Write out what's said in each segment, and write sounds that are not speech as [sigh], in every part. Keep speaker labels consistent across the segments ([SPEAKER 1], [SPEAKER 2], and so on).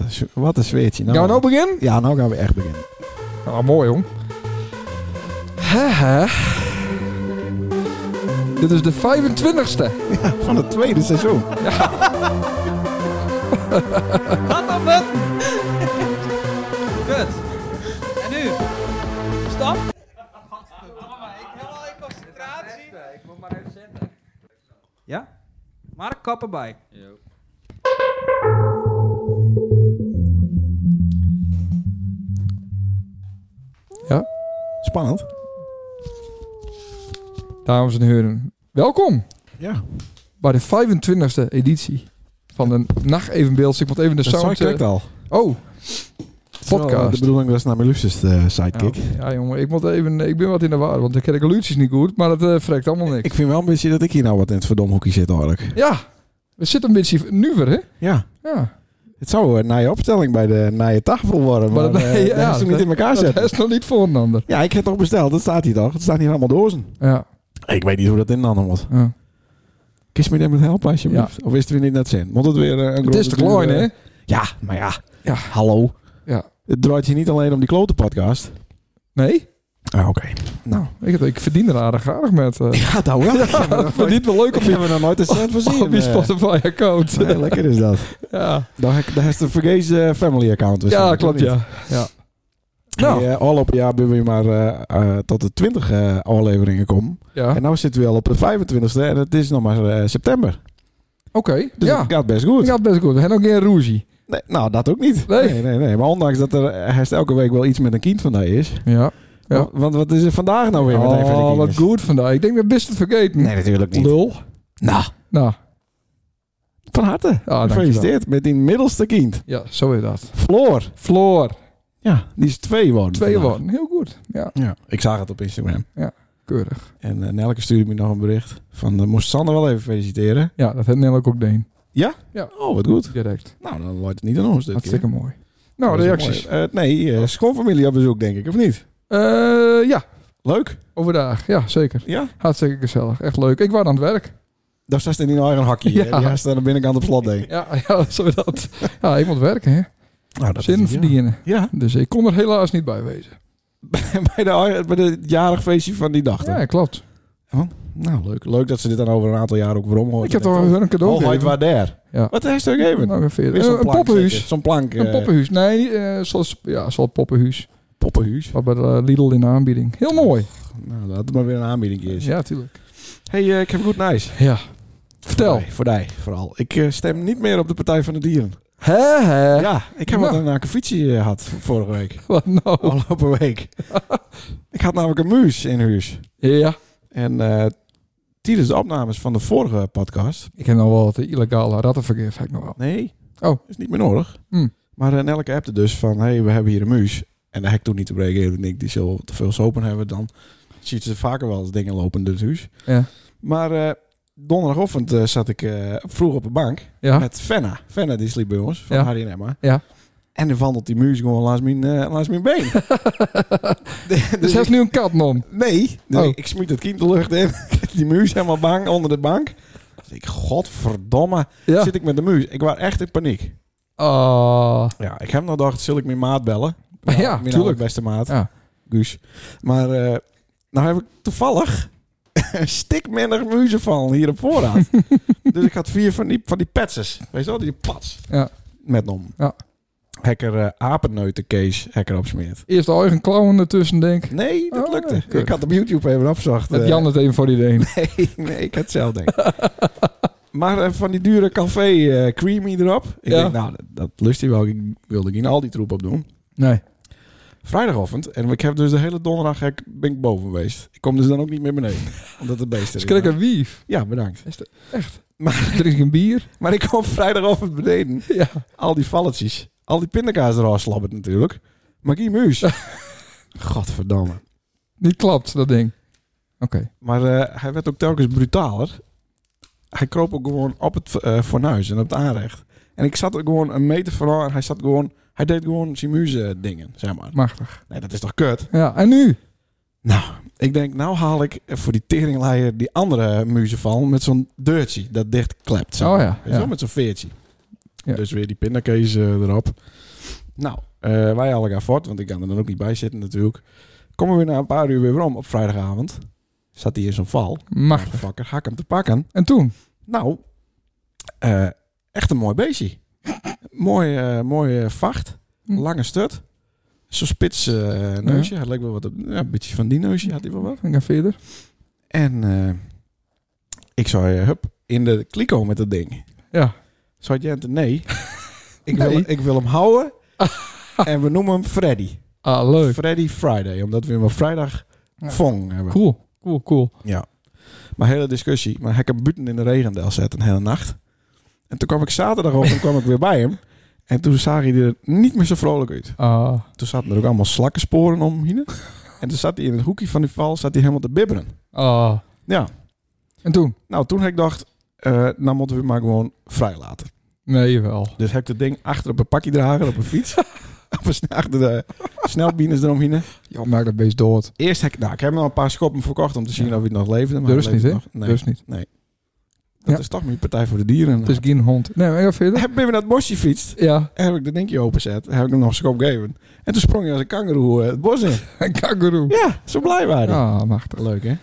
[SPEAKER 1] een z- Wat een zweetje. Nou,
[SPEAKER 2] Gaan we nou beginnen?
[SPEAKER 1] Ja, nou gaan we echt beginnen.
[SPEAKER 2] Nou, mooi hoor. Haha. Dit is de 25ste.
[SPEAKER 1] Van het tweede seizoen.
[SPEAKER 3] Wat dan met? Kut. En nu? Stop. Ik heb al in concentratie. Ik moet maar even zitten. Ja? Mark Koppenbij.
[SPEAKER 1] Spannend.
[SPEAKER 2] Dames en heren, welkom
[SPEAKER 1] Ja.
[SPEAKER 2] bij de 25ste editie van de Nacht Evenbeeld. Ik moet even de
[SPEAKER 1] De sound
[SPEAKER 2] sound... eh,
[SPEAKER 1] klikt al.
[SPEAKER 2] oh,
[SPEAKER 1] Het is wel, eh,
[SPEAKER 2] podcast.
[SPEAKER 1] De bedoeling was naar mijn liefstes eh, sidekick.
[SPEAKER 2] ja jongen, ik, moet even, ik ben wat in de war, want ik ken de luidjes niet goed, maar dat eh vrekt allemaal niks.
[SPEAKER 1] Ik vind wel een beetje dat ik hier nou wat in het verdomhoekje zit, eigenlijk.
[SPEAKER 2] Ja, we zitten een beetje nu weer, hè?
[SPEAKER 1] Ja.
[SPEAKER 2] Ja,
[SPEAKER 1] Het zou een nieuwe opstelling bij de nieuwe tafel worden, maar,
[SPEAKER 2] Maar dat-
[SPEAKER 1] eh, [laughs]
[SPEAKER 2] nee,
[SPEAKER 1] dat
[SPEAKER 2] ja,
[SPEAKER 1] is hem niet in elkaar
[SPEAKER 2] dat
[SPEAKER 1] zetten.
[SPEAKER 2] is nog niet voor een ander.
[SPEAKER 1] Ja, ik heb toch besteld. Dat staat hier toch? Het staat hier allemaal dozen.
[SPEAKER 2] Ja,
[SPEAKER 1] Ik weet niet hoe dat in de ander moet.
[SPEAKER 2] ja.
[SPEAKER 1] Kies me daarmee helpen alsjeblieft. Of is het weer niet net zin? Moet het weer eh, een
[SPEAKER 2] Het is
[SPEAKER 1] grote
[SPEAKER 2] te
[SPEAKER 1] duur,
[SPEAKER 2] klein,
[SPEAKER 1] eh,
[SPEAKER 2] hè?
[SPEAKER 1] Ja, maar ja.
[SPEAKER 2] Ja.
[SPEAKER 1] Hallo.
[SPEAKER 2] Ja.
[SPEAKER 1] Het draait je niet alleen om die klote podcast.
[SPEAKER 2] Nee?
[SPEAKER 1] Ah, oké.
[SPEAKER 2] [laughs] Nou, ik, ik verdien er aardig aardig met. eh.
[SPEAKER 1] Ja, nou wel. Ik heb er nog
[SPEAKER 2] Ik vind
[SPEAKER 1] nooit-
[SPEAKER 2] het wel leuk
[SPEAKER 1] ik
[SPEAKER 2] op
[SPEAKER 1] heb
[SPEAKER 2] je,
[SPEAKER 1] er nog nooit een [laughs] cent voor [laughs] zien.
[SPEAKER 2] op je
[SPEAKER 1] eh.
[SPEAKER 2] Spotify-account.
[SPEAKER 1] Nee, lekker is dat.
[SPEAKER 2] [laughs] Ja,
[SPEAKER 1] Dan heb dan heeft de vergezen family account. dus
[SPEAKER 2] ja
[SPEAKER 1] dat
[SPEAKER 2] klopt,
[SPEAKER 1] niet.
[SPEAKER 2] ja. ja.
[SPEAKER 1] Nou.
[SPEAKER 2] Nou.
[SPEAKER 1] Die, eh, al op een jaar ben je maar eh, eh, tot de 20 eh, afleveringen komen.
[SPEAKER 2] Ja,
[SPEAKER 1] En
[SPEAKER 2] oké.
[SPEAKER 1] nu zitten we al op de 25e en het is nog maar eh, september. Dus
[SPEAKER 2] ja,
[SPEAKER 1] het gaat best goed.
[SPEAKER 2] dat gaat best goed. We hebben ook geen rouge.
[SPEAKER 1] Nee, nou, dat ook niet.
[SPEAKER 2] Nee.
[SPEAKER 1] nee, nee. nee. Maar ondanks dat er eh, herst elke week wel iets met een kind van mij is.
[SPEAKER 2] Ja. Ja.
[SPEAKER 1] Want- Want wat is er vandaag nou weer met een van die
[SPEAKER 2] Oh, wat
[SPEAKER 1] kindjes?
[SPEAKER 2] goed vandaag. Ik denk dat best het vergeten.
[SPEAKER 1] Nee, natuurlijk niet.
[SPEAKER 2] Lul.
[SPEAKER 1] Nou,
[SPEAKER 2] Nou,
[SPEAKER 1] van harte.
[SPEAKER 2] dankjewel.
[SPEAKER 1] Gefeliciteerd met die middelste kind.
[SPEAKER 2] ja, zo is dat.
[SPEAKER 1] Floor.
[SPEAKER 2] Floor.
[SPEAKER 1] Ja. Die is twee worden.
[SPEAKER 2] Twee
[SPEAKER 1] vandaag.
[SPEAKER 2] woorden. Heel goed. Ja,
[SPEAKER 1] Ja, ik zag het op Instagram.
[SPEAKER 2] keurig.
[SPEAKER 1] En eh, Nelke stuurde me nog een bericht van, eh, moest Sander wel even feliciteren.
[SPEAKER 2] Ja, dat heeft Nelk ook deen.
[SPEAKER 1] Oh, wat goed.
[SPEAKER 2] Direct.
[SPEAKER 1] Nou, dan wordt het niet aan ons dit keer.
[SPEAKER 2] Hartstikke mooi. Nou,
[SPEAKER 1] Dat is
[SPEAKER 2] reacties. Oh.
[SPEAKER 1] mooi. Eh, nee, eh schoonfamilie op bezoek, denk ik, of niet?
[SPEAKER 2] Eh, ja,
[SPEAKER 1] Leuk.
[SPEAKER 2] overdag. Ja, zeker.
[SPEAKER 1] Ja.
[SPEAKER 2] Hartstikke gezellig. Echt leuk. Ik was aan het werk.
[SPEAKER 1] Daar staat in die eigen hakje.
[SPEAKER 2] Ja.
[SPEAKER 1] Ja. Die staat aan de binnenkant op slot, denk ik.
[SPEAKER 2] Ja, [laughs] ja zo is dat. Ja, ik moet werken, hè.
[SPEAKER 1] Nou, dat
[SPEAKER 2] Zin
[SPEAKER 1] is- ja.
[SPEAKER 2] verdienen.
[SPEAKER 1] Ja,
[SPEAKER 2] Dus ik kon er helaas niet bij wezen.
[SPEAKER 1] [laughs] bij, de, bij de jarig feestje van die dag. dan.
[SPEAKER 2] Ja, klopt.
[SPEAKER 1] Nou, leuk. Leuk dat ze dit dan over een aantal jaar ook weer omhoort.
[SPEAKER 2] Ik heb toch een cadeau
[SPEAKER 1] Oh, hij
[SPEAKER 2] gegeven.
[SPEAKER 1] waar daar.
[SPEAKER 2] Ja.
[SPEAKER 1] Wat heeft ze er gegeven?
[SPEAKER 2] Nou, ongeveer.
[SPEAKER 1] Weer zo'n
[SPEAKER 2] Eh, een
[SPEAKER 1] plank zetten.
[SPEAKER 2] poppenhuis.
[SPEAKER 1] Zo'n plank.
[SPEAKER 2] Een
[SPEAKER 1] eh,
[SPEAKER 2] poppenhuis. Nee, eh zoals, ja, zoals poppenhuis.
[SPEAKER 1] poppenhuis.
[SPEAKER 2] Wat bij de Lidl in de aanbieding. Heel mooi.
[SPEAKER 1] Nou, dat het maar weer een aanbieding is.
[SPEAKER 2] Ja, tuurlijk.
[SPEAKER 1] hey, eh, ik heb goed nice.
[SPEAKER 2] Ja. Vertel.
[SPEAKER 1] Voor die, voor die vooral. Ik eh, stem niet meer op de Partij van de Dieren.
[SPEAKER 2] Hè, hè.
[SPEAKER 1] ja, ik heb
[SPEAKER 2] nou.
[SPEAKER 1] wat een akkefietje gehad vorige week.
[SPEAKER 2] Wat
[SPEAKER 1] Oh.
[SPEAKER 2] nou?
[SPEAKER 1] Afgelopen
[SPEAKER 2] [laughs]
[SPEAKER 1] week. ik had namelijk een muus in huis.
[SPEAKER 2] Ja.
[SPEAKER 1] En eh tijdens de opnames van de vorige podcast...
[SPEAKER 2] Ik heb nog wel wat illegale rattenvergif. Heb ik nog wel.
[SPEAKER 1] Nee,
[SPEAKER 2] Oh.
[SPEAKER 1] is niet meer nodig.
[SPEAKER 2] Hmm.
[SPEAKER 1] Maar eh, Nelke appte dus van... hey, we hebben hier een muus. En daar heb ik toen niet te reageren. Ik denk, die zullen te veel sopen hebben. Dan ziet ze vaker wel eens dingen lopen in het huis.
[SPEAKER 2] Ja.
[SPEAKER 1] Maar eh, donderdagochtend eh, zat ik eh, vroeg op de bank...
[SPEAKER 2] Ja.
[SPEAKER 1] Met Fenna. Fenna die sliep bij ons. Van
[SPEAKER 2] Ja.
[SPEAKER 1] Harry en Emma.
[SPEAKER 2] Ja.
[SPEAKER 1] En dan wandelt die muus gewoon langs mijn, eh, langs mijn
[SPEAKER 2] [laughs]
[SPEAKER 1] been.
[SPEAKER 2] Dus hij is
[SPEAKER 1] ik-
[SPEAKER 2] nu een kat, nom.
[SPEAKER 1] nee. Dus
[SPEAKER 2] Oh.
[SPEAKER 1] ik, ik smiet het kind de lucht in. [laughs] die muus helemaal bang onder de bank. Dus ik, godverdomme.
[SPEAKER 2] Ja.
[SPEAKER 1] Zit ik met de muus. Ik was echt in paniek.
[SPEAKER 2] Ah.
[SPEAKER 1] Ja, ik heb nog gedacht, zal ik mijn maat bellen?
[SPEAKER 2] [laughs] Ja,
[SPEAKER 1] Mijn
[SPEAKER 2] tuurlijk.
[SPEAKER 1] beste maat.
[SPEAKER 2] Ja.
[SPEAKER 1] Guus. Maar eh, nou heb ik toevallig [laughs] een stik minder muzen van hier op
[SPEAKER 2] [laughs]
[SPEAKER 1] voorraad. dus ik had vier van die, van die petsers. Weet je wel, die pats.
[SPEAKER 2] Ja.
[SPEAKER 1] Met nom.
[SPEAKER 2] Ja.
[SPEAKER 1] Hekker uh, apenneutenkees hekker opsmeert.
[SPEAKER 2] Eerst de eigen klauwen ertussen, denk ik.
[SPEAKER 1] Nee, dat
[SPEAKER 2] Oh,
[SPEAKER 1] lukte.
[SPEAKER 2] nee, keurig.
[SPEAKER 1] ik had op YouTube even opgezocht.
[SPEAKER 2] Dat
[SPEAKER 1] eh,
[SPEAKER 2] Jan het even voor die deed.
[SPEAKER 1] [laughs] nee, nee, ik had het zelf denk ik.
[SPEAKER 2] [laughs]
[SPEAKER 1] Maar eh, van die dure café eh, creamy erop. Ik
[SPEAKER 2] Ja.
[SPEAKER 1] denk, nou, dat, dat lust hij wel. Ik wilde geen al die troep op doen.
[SPEAKER 2] Nee.
[SPEAKER 1] Vrijdagochtend. En ik heb dus de hele donderdag heb ik, ben ik boven geweest. Ik kom dus dan ook niet meer beneden. Omdat het beest
[SPEAKER 2] Dus
[SPEAKER 1] is.
[SPEAKER 2] krijg ik een wief.
[SPEAKER 1] Ja, bedankt.
[SPEAKER 2] Echt.
[SPEAKER 1] Maar-
[SPEAKER 2] drink een bier.
[SPEAKER 1] Maar ik kom vrijdagochtend beneden.
[SPEAKER 2] [laughs] Ja.
[SPEAKER 1] Al die valletjes. Al die pindakaas eraf slabbert natuurlijk. Maar die muus. Godverdamme.
[SPEAKER 2] Niet klapt, dat ding. Oké.
[SPEAKER 1] Maar eh, hij werd ook telkens brutaler. Hij kroop ook gewoon op het eh fornuis en op het aanrecht. En ik zat er gewoon een meter van haar. Hij zat gewoon... Hij deed gewoon zijn muze dingen, zeg maar.
[SPEAKER 2] Machtig.
[SPEAKER 1] Nee, dat is toch kut?
[SPEAKER 2] Ja, en nu?
[SPEAKER 1] Nou, ik denk, nou haal ik voor die teringleier die andere muzeval met zo'n deurtje dat dicht klept.
[SPEAKER 2] Oh ja,
[SPEAKER 1] Zo
[SPEAKER 2] ja.
[SPEAKER 1] met zo'n veertje.
[SPEAKER 2] Ja.
[SPEAKER 1] Dus weer die pindakaas eh, erop. Nou, eh, wij halen elkaar voort, want ik kan er dan ook niet bij zitten natuurlijk. Komen we na een paar uur weer weer om op vrijdagavond. Zat hij in zo'n val.
[SPEAKER 2] Mag.
[SPEAKER 1] Fucker, ga ik hem te pakken.
[SPEAKER 2] En toen?
[SPEAKER 1] Nou, eh, echt een mooi beestje. mooi, eh mooi eh, vacht.
[SPEAKER 2] Hm.
[SPEAKER 1] Lange stut. Zo'n spits eh, neusje. Hij leek wel wat op, ja, een beetje van die neusje had hij wel wat.
[SPEAKER 2] Ik ga verder.
[SPEAKER 1] En eh, ik zei, eh, hup, in de kliko met dat ding.
[SPEAKER 2] Ja.
[SPEAKER 1] Zei Jente, nee. ik, wil,
[SPEAKER 2] Nee.
[SPEAKER 1] ik wil hem
[SPEAKER 2] [laughs]
[SPEAKER 1] houden. en we noemen hem Freddy.
[SPEAKER 2] Ah, leuk.
[SPEAKER 1] Freddy Friday, omdat we hem op vrijdag
[SPEAKER 2] Ja.
[SPEAKER 1] vong hebben.
[SPEAKER 2] Cool. Cool, cool.
[SPEAKER 1] Maar hele discussie. Maar hij kan buiten in de regendel zetten, een hele nacht. En toen kwam ik zaterdag op en kwam ik weer bij hem. En toen zag hij er niet meer zo vrolijk uit.
[SPEAKER 2] Ah,
[SPEAKER 1] Toen zaten er ook allemaal slakkensporen om hem heen. En toen zat hij in het hoekje van die val, zat hij helemaal te bibberen.
[SPEAKER 2] ah.
[SPEAKER 1] Ja.
[SPEAKER 2] En toen?
[SPEAKER 1] Nou, toen heb ik dacht, eh nou moeten we hem maar gewoon vrij laten.
[SPEAKER 2] Nee, wel.
[SPEAKER 1] Dus heb ik het ding achter op een pakje dragen op een fiets. [laughs] op een, sne- achter de snelbines eromheen.
[SPEAKER 2] Ja, maak dat beest dood.
[SPEAKER 1] Eerst heb ik, nou, ik heb hem al een paar schoppen verkocht om te zien
[SPEAKER 2] Ja.
[SPEAKER 1] of hij het nog leefde. Maar
[SPEAKER 2] Dus
[SPEAKER 1] hij leefde
[SPEAKER 2] niet, hè?
[SPEAKER 1] nog- Nee,
[SPEAKER 2] Dus niet.
[SPEAKER 1] dat
[SPEAKER 2] Ja.
[SPEAKER 1] is toch mijn partij voor de dieren.
[SPEAKER 2] Het is geen hond. Nee, maar ik ga verder.
[SPEAKER 1] heb ik weer naar het bosje gefietst.
[SPEAKER 2] Ja,
[SPEAKER 1] Heb ik dat dingje openzet. Heb ik hem nog een schop gegeven. En toen sprong hij als een kangeroe eh, het bos in.
[SPEAKER 2] een [laughs] kangaroo.
[SPEAKER 1] Ja, zo blij waren.
[SPEAKER 2] Ah, machtig.
[SPEAKER 1] Leuk, hè?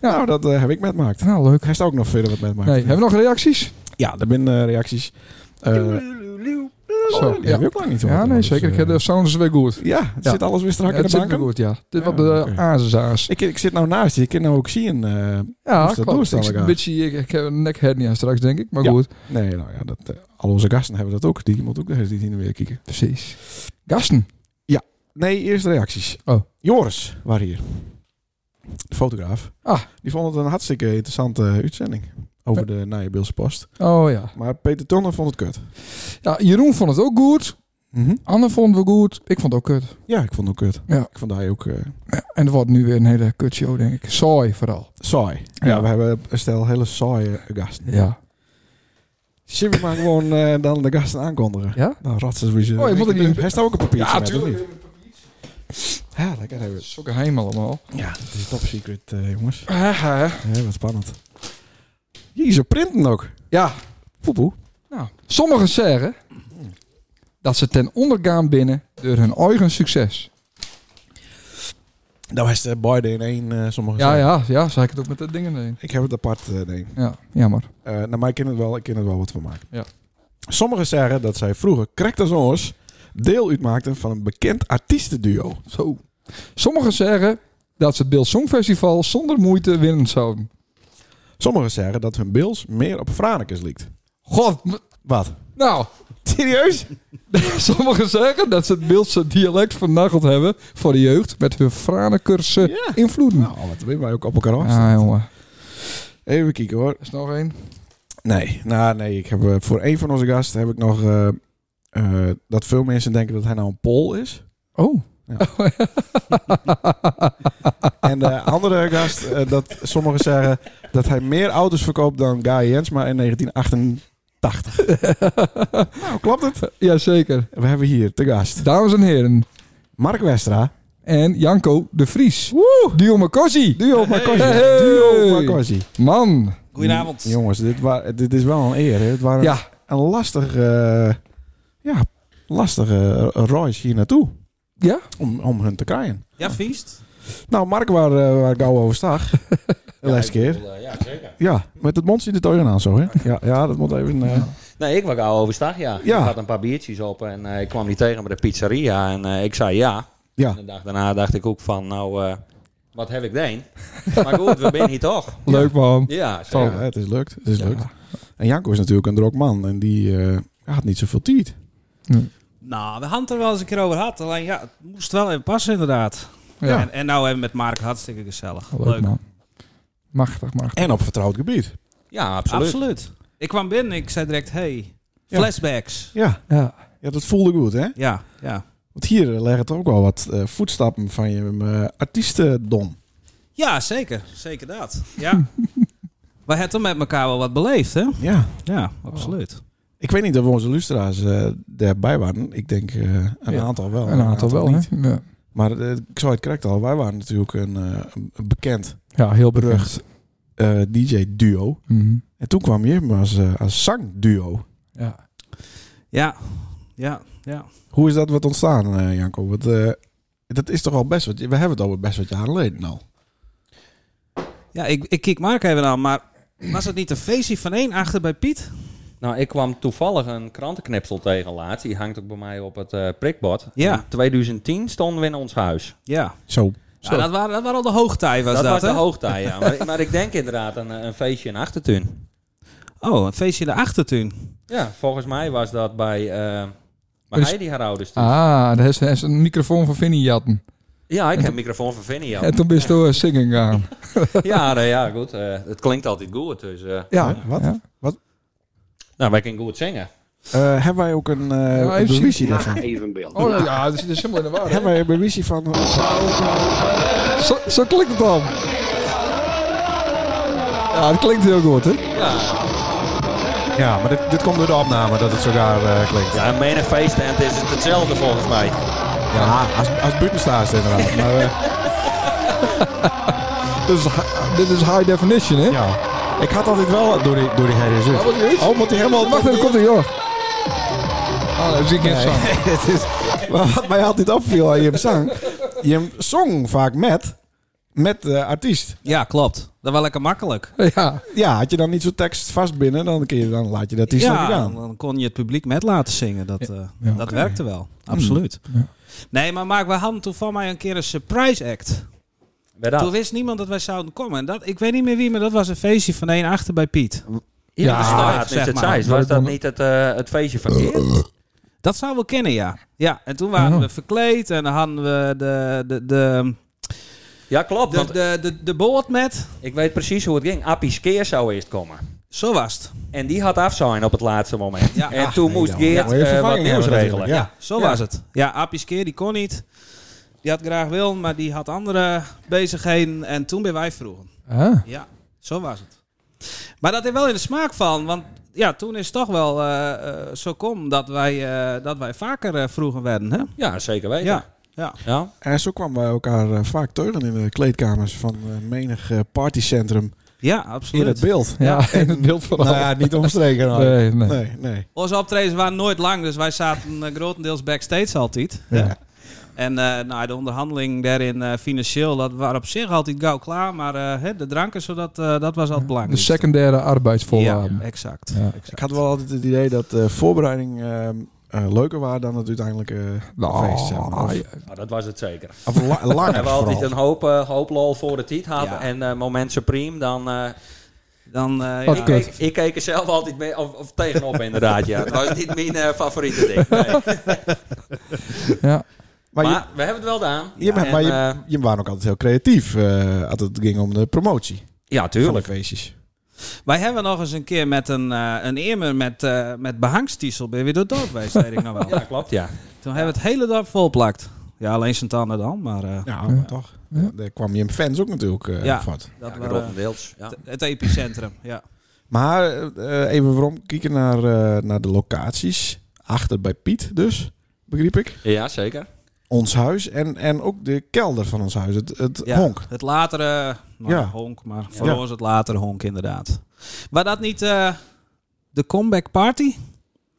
[SPEAKER 1] Nou, dat eh, heb ik met maakt.
[SPEAKER 2] Nou, leuk.
[SPEAKER 1] Hij staat ook nog verder wat met maakt.
[SPEAKER 2] Nee, hebben we nog reacties?
[SPEAKER 1] Ja, er zijn eh, reacties. Eh,
[SPEAKER 2] Zo,
[SPEAKER 1] die
[SPEAKER 2] ja.
[SPEAKER 1] heb ik ook lang niet
[SPEAKER 2] Ja,
[SPEAKER 1] gehoord,
[SPEAKER 2] nee,
[SPEAKER 1] dus,
[SPEAKER 2] zeker. Ik
[SPEAKER 1] eh,
[SPEAKER 2] heb De sound is weer goed.
[SPEAKER 1] ja, het
[SPEAKER 2] Ja.
[SPEAKER 1] zit alles weer strak
[SPEAKER 2] Ja,
[SPEAKER 1] in
[SPEAKER 2] het
[SPEAKER 1] de
[SPEAKER 2] zit weer
[SPEAKER 1] banken.
[SPEAKER 2] goed, ja. Dit
[SPEAKER 1] Ja,
[SPEAKER 2] wat de
[SPEAKER 1] oké.
[SPEAKER 2] azenzaas.
[SPEAKER 1] Ik, ik zit nou naast je. Ik kan nou ook zien. eh,
[SPEAKER 2] Ja,
[SPEAKER 1] Dus dat doen
[SPEAKER 2] klopt.
[SPEAKER 1] ze
[SPEAKER 2] Ik,
[SPEAKER 1] aan
[SPEAKER 2] zit een
[SPEAKER 1] elkaar.
[SPEAKER 2] beetje, ik, ik heb een nekhernia straks, denk ik. Maar
[SPEAKER 1] Ja.
[SPEAKER 2] goed.
[SPEAKER 1] nee, nou ja, dat, eh, al onze gasten hebben dat ook. Die moet ook de hele tijd weer kijken. Dus,
[SPEAKER 2] Precies. Gasten.
[SPEAKER 1] Nee, eerst reacties.
[SPEAKER 2] Oh.
[SPEAKER 1] Joris, waar hier? De fotograaf.
[SPEAKER 2] Ah.
[SPEAKER 1] Die vond het een hartstikke interessante eh, uitzending. Over de Nijenbeelse post.
[SPEAKER 2] Oh ja.
[SPEAKER 1] Maar Peter Tonner vond het kut.
[SPEAKER 2] ja. Jeroen vond het ook goed. Anne vond het wel goed. Ik vond het ook kut.
[SPEAKER 1] Ja, ik vond het ook kut.
[SPEAKER 2] Mhm. Ja.
[SPEAKER 1] Ik vond hij ook eh,
[SPEAKER 2] En het wordt nu weer een hele kutshow, denk ik. Saai vooral.
[SPEAKER 1] saai. Ja.
[SPEAKER 2] Ja.
[SPEAKER 1] we hebben een stel hele saaie gasten.
[SPEAKER 2] Ja.
[SPEAKER 1] Zullen we maar gewoon eh, dan de gasten aankondigen?
[SPEAKER 2] Ja?
[SPEAKER 1] Nou, ratsen we ze.
[SPEAKER 2] Oh, je moet
[SPEAKER 1] Ik-
[SPEAKER 2] het niet-
[SPEAKER 1] Hij staat ook een papiertje
[SPEAKER 2] Ja,
[SPEAKER 1] met, of
[SPEAKER 2] tuurlijk.
[SPEAKER 1] niet? Ja, lekker hebben.
[SPEAKER 2] Sokken heim allemaal.
[SPEAKER 1] Ja, het is top secret, eh, jongens.
[SPEAKER 2] Haha.
[SPEAKER 1] Ja, wat spannend. Jezus, printen ook.
[SPEAKER 2] Ja.
[SPEAKER 1] Poepoe.
[SPEAKER 2] Nou, sommigen zeggen dat ze ten ondergaan binnen door hun eigen succes.
[SPEAKER 1] Nou is de beide in één, eh sommige
[SPEAKER 2] Ja, ja, ja. Zei ik het ook met dat dingen heen.
[SPEAKER 1] Ik heb het apart, eh nee.
[SPEAKER 2] Ja, jammer.
[SPEAKER 1] Eh nou, maar ik ken het wel, ik ken het wel wat van maken.
[SPEAKER 2] Ja.
[SPEAKER 1] Sommigen zeggen dat zij vroeger, correct als ons, deel uitmaakten van een bekend artiestenduo.
[SPEAKER 2] Zo. Sommigen zeggen dat ze het Beeld Songfestival zonder moeite winnen zouden.
[SPEAKER 1] Sommigen zeggen dat hun Bills meer op Franicus lijkt.
[SPEAKER 2] God, m-
[SPEAKER 1] Wat?
[SPEAKER 2] nou, [laughs]
[SPEAKER 1] Serieus?
[SPEAKER 2] Sommigen zeggen dat ze het Beeldse dialect vernageld hebben voor de jeugd met hun franekurse
[SPEAKER 1] [laughs] Ja.
[SPEAKER 2] invloeden.
[SPEAKER 1] Nou, wat ben wij ook op elkaar af.
[SPEAKER 2] ah, jongen.
[SPEAKER 1] Even kijken hoor.
[SPEAKER 2] Er is nog één.
[SPEAKER 1] Nee, nou nee, ik heb eh, voor een van onze gasten heb ik nog eh, eh, dat veel mensen denken dat hij nou een Pool is.
[SPEAKER 2] Oh.
[SPEAKER 1] En
[SPEAKER 2] [laughs]
[SPEAKER 1] de andere gast, eh, dat sommigen zeggen dat hij meer auto's verkoopt dan Guy Jensma in
[SPEAKER 2] [laughs]
[SPEAKER 1] 1988. nou, klopt het?
[SPEAKER 2] Jazeker.
[SPEAKER 1] We hebben hier te gast
[SPEAKER 2] Dames en heren.
[SPEAKER 1] Mark Westra.
[SPEAKER 2] En Janko de Vries. Dion Makossi.
[SPEAKER 1] Duo Marcosi.
[SPEAKER 2] Hey.
[SPEAKER 1] Duo Marcosi.
[SPEAKER 2] Man.
[SPEAKER 4] Goedenavond.
[SPEAKER 1] Jongens, dit, wa- dit is wel een eer. Hè? Het waren
[SPEAKER 2] Ja.
[SPEAKER 1] een lastig, eh, ja, lastige eh, reis hier naartoe
[SPEAKER 2] Ja?
[SPEAKER 1] om, om hun te krijgen.
[SPEAKER 4] Ja, feest.
[SPEAKER 1] Nou, Mark, waar, eh, waar ik al over stag, de laatste keer. eh,
[SPEAKER 4] ja, zeker.
[SPEAKER 1] Ja, met het mond in de teugen aan zo, hè? Ja, ja dat moet even... eh,
[SPEAKER 4] Nee, ik was gauw overstag, ja.
[SPEAKER 1] Ja.
[SPEAKER 4] Ik had een paar biertjes op en eh, ik kwam die tegen bij de pizzeria en eh, ik zei ja.
[SPEAKER 1] Ja.
[SPEAKER 4] En de dag daarna dacht ik ook van, nou, eh, wat heb ik deen? [laughs] maar goed, we zijn hier toch.
[SPEAKER 2] Leuk man.
[SPEAKER 4] Ja,
[SPEAKER 1] Ja,
[SPEAKER 4] zeker.
[SPEAKER 1] hè, het is lukt. Het is
[SPEAKER 2] Ja.
[SPEAKER 1] lukt. En Janko is natuurlijk een drok man en die eh, had niet zoveel tijd.
[SPEAKER 5] Nou, we hadden het er wel eens een keer over gehad. Alleen ja, het moest wel even passen inderdaad.
[SPEAKER 2] Ja.
[SPEAKER 5] En, en nou hebben we met Mark hartstikke gezellig.
[SPEAKER 2] Leuk, man. Machtig, machtig.
[SPEAKER 1] En op vertrouwd gebied.
[SPEAKER 4] Ja, absoluut.
[SPEAKER 5] Absoluut. Ik kwam binnen ik zei direct, hey,
[SPEAKER 1] Ja.
[SPEAKER 5] flashbacks.
[SPEAKER 1] Ja,
[SPEAKER 2] Ja.
[SPEAKER 1] ja dat voelde goed, hè?
[SPEAKER 5] Ja, ja.
[SPEAKER 1] Want hier eh, leggen toch ook wel wat eh, voetstappen van je eh, artiestendom.
[SPEAKER 5] Ja, zeker. Zeker dat. Ja. Wij hebben met elkaar wel wat beleefd, hè?
[SPEAKER 1] Ja.
[SPEAKER 5] Ja, absoluut.
[SPEAKER 1] Ik weet niet of onze lustra's eh daarbij waren. Ik denk eh, een
[SPEAKER 2] Ja,
[SPEAKER 1] aantal wel. eh,
[SPEAKER 2] Een aantal wel,
[SPEAKER 1] niet.
[SPEAKER 2] hè? Ja.
[SPEAKER 1] Maar eh, ik zou het correct al. Wij waren natuurlijk een, eh, een bekend
[SPEAKER 2] Ja, heel berucht.
[SPEAKER 1] berucht eh, DJ-duo.
[SPEAKER 2] Mhm.
[SPEAKER 1] En toen kwam je als, eh, als zangduo.
[SPEAKER 2] Ja.
[SPEAKER 5] Ja, ja, ja.
[SPEAKER 1] Hoe is dat wat ontstaan, eh, Janko? Want, eh, dat is toch al best wat... We hebben het over best wat jaren geleden nou. al.
[SPEAKER 5] Ja, ik, ik kijk Mark even aan, maar was het niet een feestje van één achter bij Piet?
[SPEAKER 4] Nou, ik kwam toevallig een krantenknipsel tegen laatst. Die hangt ook bij mij op het eh, prikbord.
[SPEAKER 5] Ja.
[SPEAKER 4] In 2010 stonden we in ons huis.
[SPEAKER 5] Ja.
[SPEAKER 1] Zo.
[SPEAKER 5] Ja, dat, waren, dat waren al de hoogtij, was
[SPEAKER 4] Dat,
[SPEAKER 5] dat,
[SPEAKER 4] was de
[SPEAKER 5] hè?
[SPEAKER 4] hoogtij, ja. [laughs] Maar, maar ik denk inderdaad een, een feestje in Achtertuin.
[SPEAKER 5] Oh, een feestje in de achtertuin.
[SPEAKER 4] Ja, volgens mij was dat bij, eh bij
[SPEAKER 2] Dus-
[SPEAKER 4] Heidi haar ouders. toen.
[SPEAKER 2] Ah, daar is, daar is een microfoon van Vinnie jatten.
[SPEAKER 4] Ja, ik heb een microfoon van Vinnie
[SPEAKER 2] [laughs] En
[SPEAKER 4] Jan.
[SPEAKER 2] toen ben je door zingen gaan.
[SPEAKER 4] Ja, nou ja, goed. eh, het klinkt altijd goed, dus... eh,
[SPEAKER 1] Ja, wat?
[SPEAKER 2] Ja.
[SPEAKER 4] nou, wij kunnen goed zingen.
[SPEAKER 1] Eh, hebben wij ook een, eh
[SPEAKER 2] Ja,
[SPEAKER 1] een
[SPEAKER 2] even-
[SPEAKER 1] bewijsie daarvan?
[SPEAKER 2] Oh ja, dat is, dat is helemaal in de war. hè?
[SPEAKER 1] Hebben wij een bewijsie van... eh,
[SPEAKER 2] Zo, zo klinkt het dan. Ja, dat klinkt heel goed, hè?
[SPEAKER 1] Ja, maar dit, dit komt door de opname dat het zo raar eh, klinkt. Ja,
[SPEAKER 4] Ja, in een feesttent is het hetzelfde volgens mij.
[SPEAKER 1] als, als buitenstaar is het inderdaad. Maar, [laughs] eh,
[SPEAKER 2] Dit is, hi- dit is high definition, hè?
[SPEAKER 1] Dus, ja. Ik had altijd wel door die, door die hele zin.
[SPEAKER 2] Oh, wat is?
[SPEAKER 1] Oh, moet hij helemaal...
[SPEAKER 2] Wacht even, komt er joh. Oh, dat zie ik net zo.
[SPEAKER 1] [laughs] het is, maar wat mij altijd opviel aan je zang... Je zong vaak met... Met de artiest.
[SPEAKER 5] Ja, klopt. Dat was lekker makkelijk.
[SPEAKER 2] [laughs] Ja,
[SPEAKER 1] Ja, had je dan niet zo'n tekst vast binnen, dan, kun je, dan laat je de artiest ook niet
[SPEAKER 5] ja,
[SPEAKER 1] aan.
[SPEAKER 5] dan kon je het publiek met laten zingen. Dat, eh,
[SPEAKER 2] Ja,
[SPEAKER 5] dat werkte wel. Absoluut. Nee, maar Mark, we hadden toen van mij een keer een surprise act.
[SPEAKER 4] Bij dat.
[SPEAKER 5] Toen wist niemand dat wij zouden komen. En dat, ik weet niet meer wie, maar dat was een feestje van één achter bij Piet.
[SPEAKER 4] Ja,
[SPEAKER 5] de staart, zeg maar.
[SPEAKER 4] Was dat niet het, eh, het feestje van Keert?
[SPEAKER 5] Dat zou we kennen, ja. Ja, en toen
[SPEAKER 2] Oh.
[SPEAKER 5] waren we verkleed en dan hadden we de, de, de,
[SPEAKER 4] Ja, klopt.
[SPEAKER 5] de,
[SPEAKER 4] Want
[SPEAKER 5] de, de, de boord met.
[SPEAKER 4] ik weet precies hoe het ging. Appie Skeer zou eerst komen.
[SPEAKER 5] Zo was het.
[SPEAKER 4] En die had afzijn op het laatste moment.
[SPEAKER 5] Ja.
[SPEAKER 4] en toen moest
[SPEAKER 1] dan
[SPEAKER 4] Geert
[SPEAKER 1] moet je
[SPEAKER 4] eh, wat
[SPEAKER 1] vervanging
[SPEAKER 4] nieuws
[SPEAKER 1] hebben
[SPEAKER 4] regelen.
[SPEAKER 1] natuurlijk,
[SPEAKER 4] Ja.
[SPEAKER 1] ja.
[SPEAKER 5] Zo was het. Ja, Apies Keer, die kon niet. Die had graag wil, maar die had andere bezigheden. En toen ben wij vroegen.
[SPEAKER 2] Ah,
[SPEAKER 5] Ja, zo was het. Maar dat heeft wel in de smaak van, want ja, toen is het toch wel eh, eh, zo kom dat wij, eh, dat wij vaker eh, vroegen werden. Hè?
[SPEAKER 4] zeker weten. Ja.
[SPEAKER 5] Ja, ja.
[SPEAKER 1] En zo kwamen wij elkaar eh, vaak teuren in de kleedkamers van eh, menig eh, partycentrum
[SPEAKER 5] ja,
[SPEAKER 1] in het
[SPEAKER 5] absoluut.
[SPEAKER 1] beeld.
[SPEAKER 2] ja, in het beeld vooral.
[SPEAKER 1] Nou ja, niet omstreken. hoor.
[SPEAKER 2] Nee, nee.
[SPEAKER 1] nee. nee.
[SPEAKER 5] Onze optredens waren nooit lang, dus wij zaten eh, grotendeels backstage altijd.
[SPEAKER 1] Ja.
[SPEAKER 5] En eh, nou, de onderhandeling daarin eh, financieel, dat waren op zich altijd gauw klaar. Maar eh, hè, de dranken, zodat, eh, dat was altijd
[SPEAKER 2] De
[SPEAKER 5] belangrijk.
[SPEAKER 2] secundaire
[SPEAKER 5] Ja,
[SPEAKER 2] arbeidsvoorwaarden.
[SPEAKER 5] exact.
[SPEAKER 2] Ja.
[SPEAKER 5] exact.
[SPEAKER 1] Ik had wel altijd het idee dat de voorbereiding ehm, eh, leuker was dan het uiteindelijke eh,
[SPEAKER 2] Nou,
[SPEAKER 1] feest. zeg maar. Of,
[SPEAKER 2] ja.
[SPEAKER 4] Nou, dat was het zeker.
[SPEAKER 1] of la-
[SPEAKER 4] We
[SPEAKER 1] langer
[SPEAKER 4] hebben altijd
[SPEAKER 1] vooral.
[SPEAKER 4] een hoop, eh, hoop lol voor de tiet gehad.
[SPEAKER 5] Ja.
[SPEAKER 4] En eh, moment supreme, dan... eh,
[SPEAKER 5] Dan, eh,
[SPEAKER 2] Wat
[SPEAKER 5] ja.
[SPEAKER 2] kut.
[SPEAKER 4] ik, ik keek er zelf altijd mee, of, of tegenop inderdaad. Ja. Het was niet mijn eh, favoriete ding. Nee.
[SPEAKER 2] Ja.
[SPEAKER 1] Maar,
[SPEAKER 4] Maar,
[SPEAKER 1] je,
[SPEAKER 4] we hebben het wel gedaan.
[SPEAKER 1] je, bent-
[SPEAKER 4] En,
[SPEAKER 1] maar je,
[SPEAKER 4] eh,
[SPEAKER 1] je waren ook altijd heel creatief eh, als het ging om de promotie
[SPEAKER 4] ja,
[SPEAKER 1] van de
[SPEAKER 4] tuurlijk.
[SPEAKER 1] feestjes.
[SPEAKER 5] Wij hebben nog eens een keer met een, eh een emmer met, eh met behangstiesel ben je weer door het dorp geweest, weet ik nog wel.
[SPEAKER 4] Ja, klopt, ja.
[SPEAKER 5] Toen hebben we het hele dorp volplakt. Ja, alleen Sint-Anne dan, maar eh,
[SPEAKER 1] Ja, maar toch.
[SPEAKER 2] Ja.
[SPEAKER 1] Daar kwam je fans ook natuurlijk eh
[SPEAKER 5] Ja.
[SPEAKER 1] op wat.
[SPEAKER 5] dat
[SPEAKER 4] ja
[SPEAKER 5] was
[SPEAKER 4] grotendeels. Ja.
[SPEAKER 5] het epicentrum. Ja.
[SPEAKER 1] Maar eh, even waarom kijken naar, eh, naar de locaties. Achter bij Piet dus, begreep ik.
[SPEAKER 4] ja, zeker.
[SPEAKER 1] Ons huis en, en ook de kelder van ons huis, het, het
[SPEAKER 5] Ja,
[SPEAKER 1] honk.
[SPEAKER 5] Het latere nou,
[SPEAKER 1] Ja.
[SPEAKER 5] honk, maar voor
[SPEAKER 1] Ja.
[SPEAKER 5] ons het latere honk inderdaad. Maar dat niet eh, de comeback party?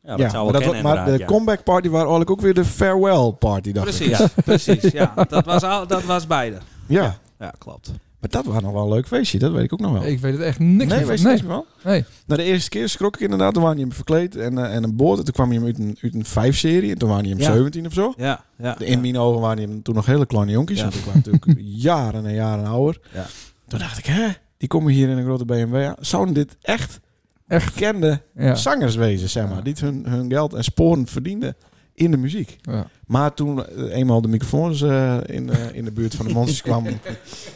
[SPEAKER 4] Ja, dat
[SPEAKER 1] Ja,
[SPEAKER 4] zou
[SPEAKER 1] maar,
[SPEAKER 4] wel
[SPEAKER 1] dat,
[SPEAKER 4] kennen
[SPEAKER 1] wa- maar de
[SPEAKER 4] inderdaad, ja.
[SPEAKER 1] comeback party was eigenlijk ook weer de farewell party, dacht ik.
[SPEAKER 5] Precies, precies. Ja, dat was, al, dat was beide.
[SPEAKER 1] Ja.
[SPEAKER 5] Ja, klopt.
[SPEAKER 1] maar dat was nog wel een leuk feestje, dat weet ik ook nog wel.
[SPEAKER 2] Ik weet het echt niks
[SPEAKER 1] nee, weet
[SPEAKER 2] meer van.
[SPEAKER 1] je
[SPEAKER 2] Nee,
[SPEAKER 1] niks meer van?
[SPEAKER 2] nee.
[SPEAKER 1] Nou, de eerste keer schrok ik inderdaad, toen waren je hem verkleed en, eh, en een boord. En toen kwam je hem uit een, uit een 5-serie en toen waren je hem
[SPEAKER 5] Ja.
[SPEAKER 1] 17 of zo.
[SPEAKER 5] Ja, ja.
[SPEAKER 1] In mijn ogen waren die hem toen nog hele kleine jonkies.
[SPEAKER 5] Ja.
[SPEAKER 1] Want ik was
[SPEAKER 2] [laughs]
[SPEAKER 1] natuurlijk jaren en jaren ouder.
[SPEAKER 5] Ja.
[SPEAKER 1] Toen dacht ik, hè, die komen hier in een grote BMW. aan. Zouden dit echt,
[SPEAKER 2] Echt.
[SPEAKER 1] bekende
[SPEAKER 2] Ja.
[SPEAKER 1] zangers wezen, zeg maar.
[SPEAKER 2] Ja.
[SPEAKER 1] Die het hun, hun geld en sporen verdienden in de muziek.
[SPEAKER 2] Ja.
[SPEAKER 1] Maar toen eh, eenmaal de microfoons eh, in, eh, in de buurt van de [laughs] monsters kwamen...